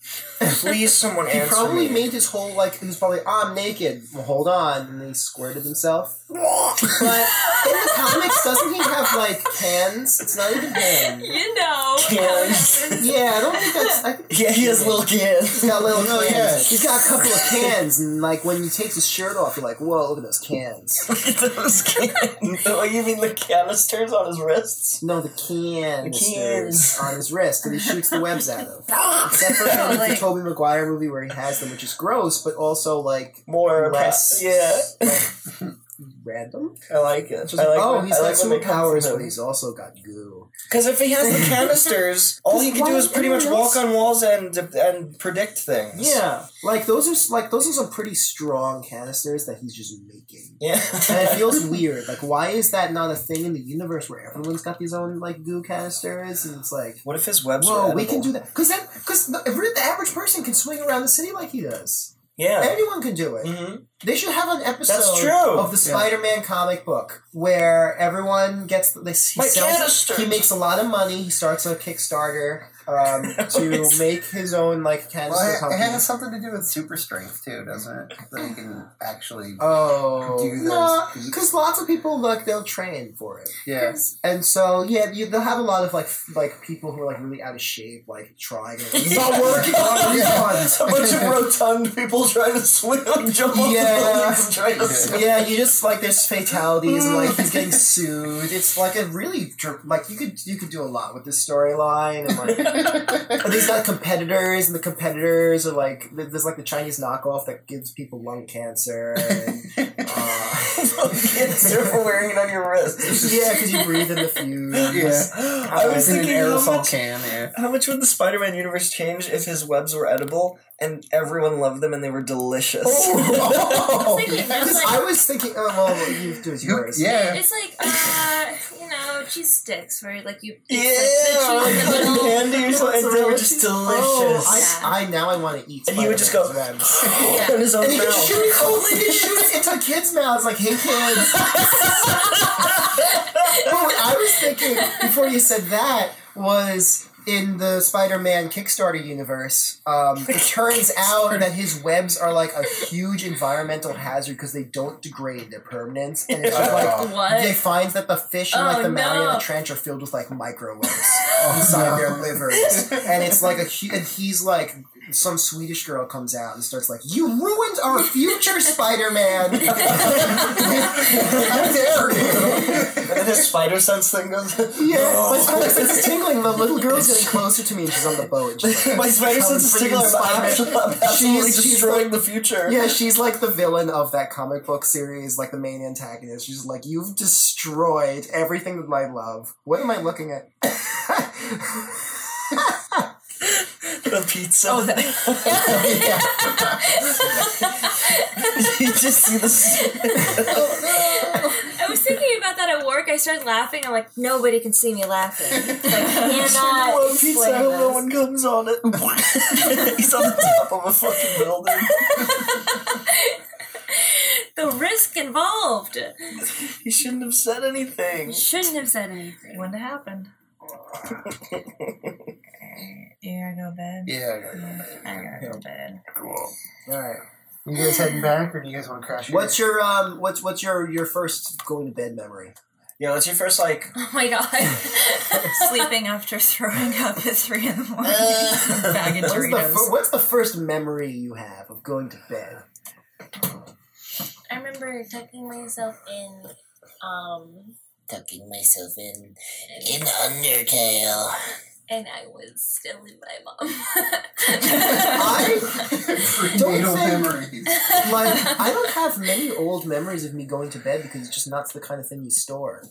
[SPEAKER 2] Please, someone
[SPEAKER 3] He
[SPEAKER 2] answer
[SPEAKER 3] probably
[SPEAKER 2] me.
[SPEAKER 3] made his whole like he was probably I'm naked. Well, hold on, and he squirted himself. But in the comics, doesn't he have like cans? It's not even him.
[SPEAKER 1] You know.
[SPEAKER 2] Yes.
[SPEAKER 3] Yeah, I don't think that's. I think
[SPEAKER 2] yeah, he has little kids.
[SPEAKER 3] he's got little
[SPEAKER 4] No,
[SPEAKER 3] cans.
[SPEAKER 4] yeah.
[SPEAKER 3] He's got a couple of cans, and like when he takes his shirt off, you're like, "Whoa, look at those cans!"
[SPEAKER 2] Look at those cans. Oh, you mean the canisters on his wrists?
[SPEAKER 3] No, the cans,
[SPEAKER 2] cans.
[SPEAKER 3] on his wrist, and he shoots the webs out of. Except for in the
[SPEAKER 5] Like-
[SPEAKER 3] Tobey Maguire movie where he has them, which is gross, but also like
[SPEAKER 2] More
[SPEAKER 3] less.
[SPEAKER 2] less. Yeah.
[SPEAKER 3] like, Random.
[SPEAKER 2] I like it.
[SPEAKER 3] It's just
[SPEAKER 2] I
[SPEAKER 3] like,
[SPEAKER 2] like
[SPEAKER 3] oh,
[SPEAKER 2] when-
[SPEAKER 3] he's
[SPEAKER 2] I
[SPEAKER 3] got
[SPEAKER 2] like when they come from
[SPEAKER 3] superpowers,
[SPEAKER 2] him.
[SPEAKER 3] but he's also got goo.
[SPEAKER 2] Because if he has the canisters, all he
[SPEAKER 3] Because
[SPEAKER 2] can do
[SPEAKER 3] why
[SPEAKER 2] is
[SPEAKER 3] would
[SPEAKER 2] pretty much
[SPEAKER 3] anyone
[SPEAKER 2] walk
[SPEAKER 3] else-
[SPEAKER 2] on walls and and predict things.
[SPEAKER 3] Yeah, like those are s- like those are some pretty strong canisters that he's just making.
[SPEAKER 2] Yeah.
[SPEAKER 3] and it feels weird. Like, why is that not a thing in the universe where everyone's got these own like goo canisters? And it's like,
[SPEAKER 2] what if his webs
[SPEAKER 3] whoa,
[SPEAKER 2] were
[SPEAKER 3] we can
[SPEAKER 2] edible?
[SPEAKER 3] do that because that because the, if we're- the average person can swing around the city like he does.
[SPEAKER 2] Yeah.
[SPEAKER 3] Anyone can do it.
[SPEAKER 2] hmm
[SPEAKER 3] They should have an episode
[SPEAKER 2] That's true.
[SPEAKER 3] of the
[SPEAKER 4] Yeah.
[SPEAKER 3] Spider-Man comic book where everyone gets they, he
[SPEAKER 2] My
[SPEAKER 3] sells,
[SPEAKER 2] canisters.
[SPEAKER 3] he makes a lot of money. He starts a Kickstarter um, to
[SPEAKER 2] Always.
[SPEAKER 3] make his own like canister
[SPEAKER 4] Well, it, it
[SPEAKER 3] company.
[SPEAKER 4] has something to do with super strength too, doesn't it? That you can actually.
[SPEAKER 3] Oh,
[SPEAKER 4] Do those feats.
[SPEAKER 3] because lots of people like they'll train for it,
[SPEAKER 4] Yeah.
[SPEAKER 3] and so yeah, you, they'll have a lot of like f- like people who are like really out of shape, like trying. It. It's not working. Oh,
[SPEAKER 2] It's a bunch of rotund people trying to swing and jump off
[SPEAKER 3] Yeah.
[SPEAKER 2] the buildings and trying to swing.
[SPEAKER 3] refund. Yeah, you just like there's fatalities and like he's getting sued. It's like a really dr- like you could you could do a lot with this storyline and like he's got competitors and the competitors are like there's like the Chinese knockoff that gives people lung cancer. And, uh,
[SPEAKER 2] Cancer for wearing it on your wrist.
[SPEAKER 3] yeah, because you breathe in the fumes.
[SPEAKER 4] Yeah.
[SPEAKER 2] I was
[SPEAKER 4] It's in
[SPEAKER 2] thinking
[SPEAKER 4] an
[SPEAKER 2] how
[SPEAKER 4] aerosol
[SPEAKER 2] much,
[SPEAKER 4] can. Yeah.
[SPEAKER 2] how much would the Spider-Man universe change if his webs were edible and everyone loved them and they were delicious?
[SPEAKER 1] I was thinking,
[SPEAKER 3] Because I was thinking, oh, well, you do
[SPEAKER 4] You-
[SPEAKER 3] yours.
[SPEAKER 4] yeah.
[SPEAKER 1] It's like, uh, you know, crunchy sticks where like you
[SPEAKER 2] Yeah,
[SPEAKER 1] like, the cheese in the middle.
[SPEAKER 2] candy or something. They were just
[SPEAKER 3] Oh,
[SPEAKER 2] delicious.
[SPEAKER 3] I, I now I want to eat.
[SPEAKER 2] And he would just go-
[SPEAKER 3] Spider-Man's webs.
[SPEAKER 1] Yeah.
[SPEAKER 2] In his own
[SPEAKER 3] And he would
[SPEAKER 2] mouth.
[SPEAKER 3] shoot it. Oh, he would shoot it into kids' mouths. Like, hey, kids. but what I was thinking before you said that was in the Spider-Man Kickstarter universe, um, it turns out that his webs are like a huge environmental hazard because they don't degrade; they're permanent. And it's just like
[SPEAKER 1] What?
[SPEAKER 3] they finds that the fish in
[SPEAKER 1] Oh,
[SPEAKER 3] like the Mariana
[SPEAKER 1] no.
[SPEAKER 3] Trench are filled with like microwebs inside their livers, and it's like a hu- and he's like some Swedish girl comes out and starts like, "You ruined our future, Spider Man! How dare you!" Oh.
[SPEAKER 2] And then his spider sense thing goes.
[SPEAKER 3] Yeah, my spider sense is tingling. The little girl's getting closer to me, and she's on the boat. And she's like,
[SPEAKER 2] My spider
[SPEAKER 3] Come
[SPEAKER 2] sense is
[SPEAKER 3] for
[SPEAKER 2] tickling.
[SPEAKER 3] you,
[SPEAKER 2] I'm
[SPEAKER 3] Spider-Man.
[SPEAKER 2] absolutely- I'm absolutely
[SPEAKER 3] She's- she's
[SPEAKER 2] destroying the future.
[SPEAKER 3] yeah, she's like the villain of that comic book series, like the main antagonist. She's like, "You've destroyed everything that I love. What am I looking at?"
[SPEAKER 2] The pizza.
[SPEAKER 5] Oh, that-
[SPEAKER 3] yeah.
[SPEAKER 2] you just see the.
[SPEAKER 1] I was thinking about that at work. I started laughing. I'm like, nobody can see me laughing. Like, I cannot
[SPEAKER 2] One pizza. I
[SPEAKER 1] explain
[SPEAKER 2] hope no
[SPEAKER 1] this.
[SPEAKER 2] one comes on it. He's on the top of a fucking building.
[SPEAKER 1] The risk involved.
[SPEAKER 2] He shouldn't have said anything.
[SPEAKER 1] Shouldn't have said anything.
[SPEAKER 5] Wouldn't have happened. Yeah, I go to bed.
[SPEAKER 4] Yeah.
[SPEAKER 5] I gotta go to bed.
[SPEAKER 4] Cool.
[SPEAKER 3] All right.
[SPEAKER 4] You guys heading back, or do you guys want to crash?
[SPEAKER 3] What's your um? What's what's your your first going to bed memory?
[SPEAKER 2] Yeah, what's your first like?
[SPEAKER 1] Oh my god.
[SPEAKER 5] Sleeping after throwing up at three in the morning.
[SPEAKER 1] Uh,
[SPEAKER 2] Uh,
[SPEAKER 5] Bag of
[SPEAKER 3] What's the,
[SPEAKER 5] Doritos.
[SPEAKER 3] fir- what's the first memory you have of going to bed?
[SPEAKER 1] I remember tucking myself in. Um,
[SPEAKER 6] tucking myself in in Undertale.
[SPEAKER 1] and I was still in my mom.
[SPEAKER 3] I
[SPEAKER 4] prenatal
[SPEAKER 3] think-
[SPEAKER 4] memories?
[SPEAKER 3] like I don't have many old memories of me going to bed because it's just not the kind of thing you store.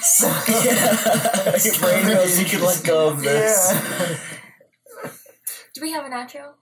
[SPEAKER 3] So,
[SPEAKER 2] your brain goes, you can let go of this.
[SPEAKER 3] yeah.
[SPEAKER 1] Do we have an outro?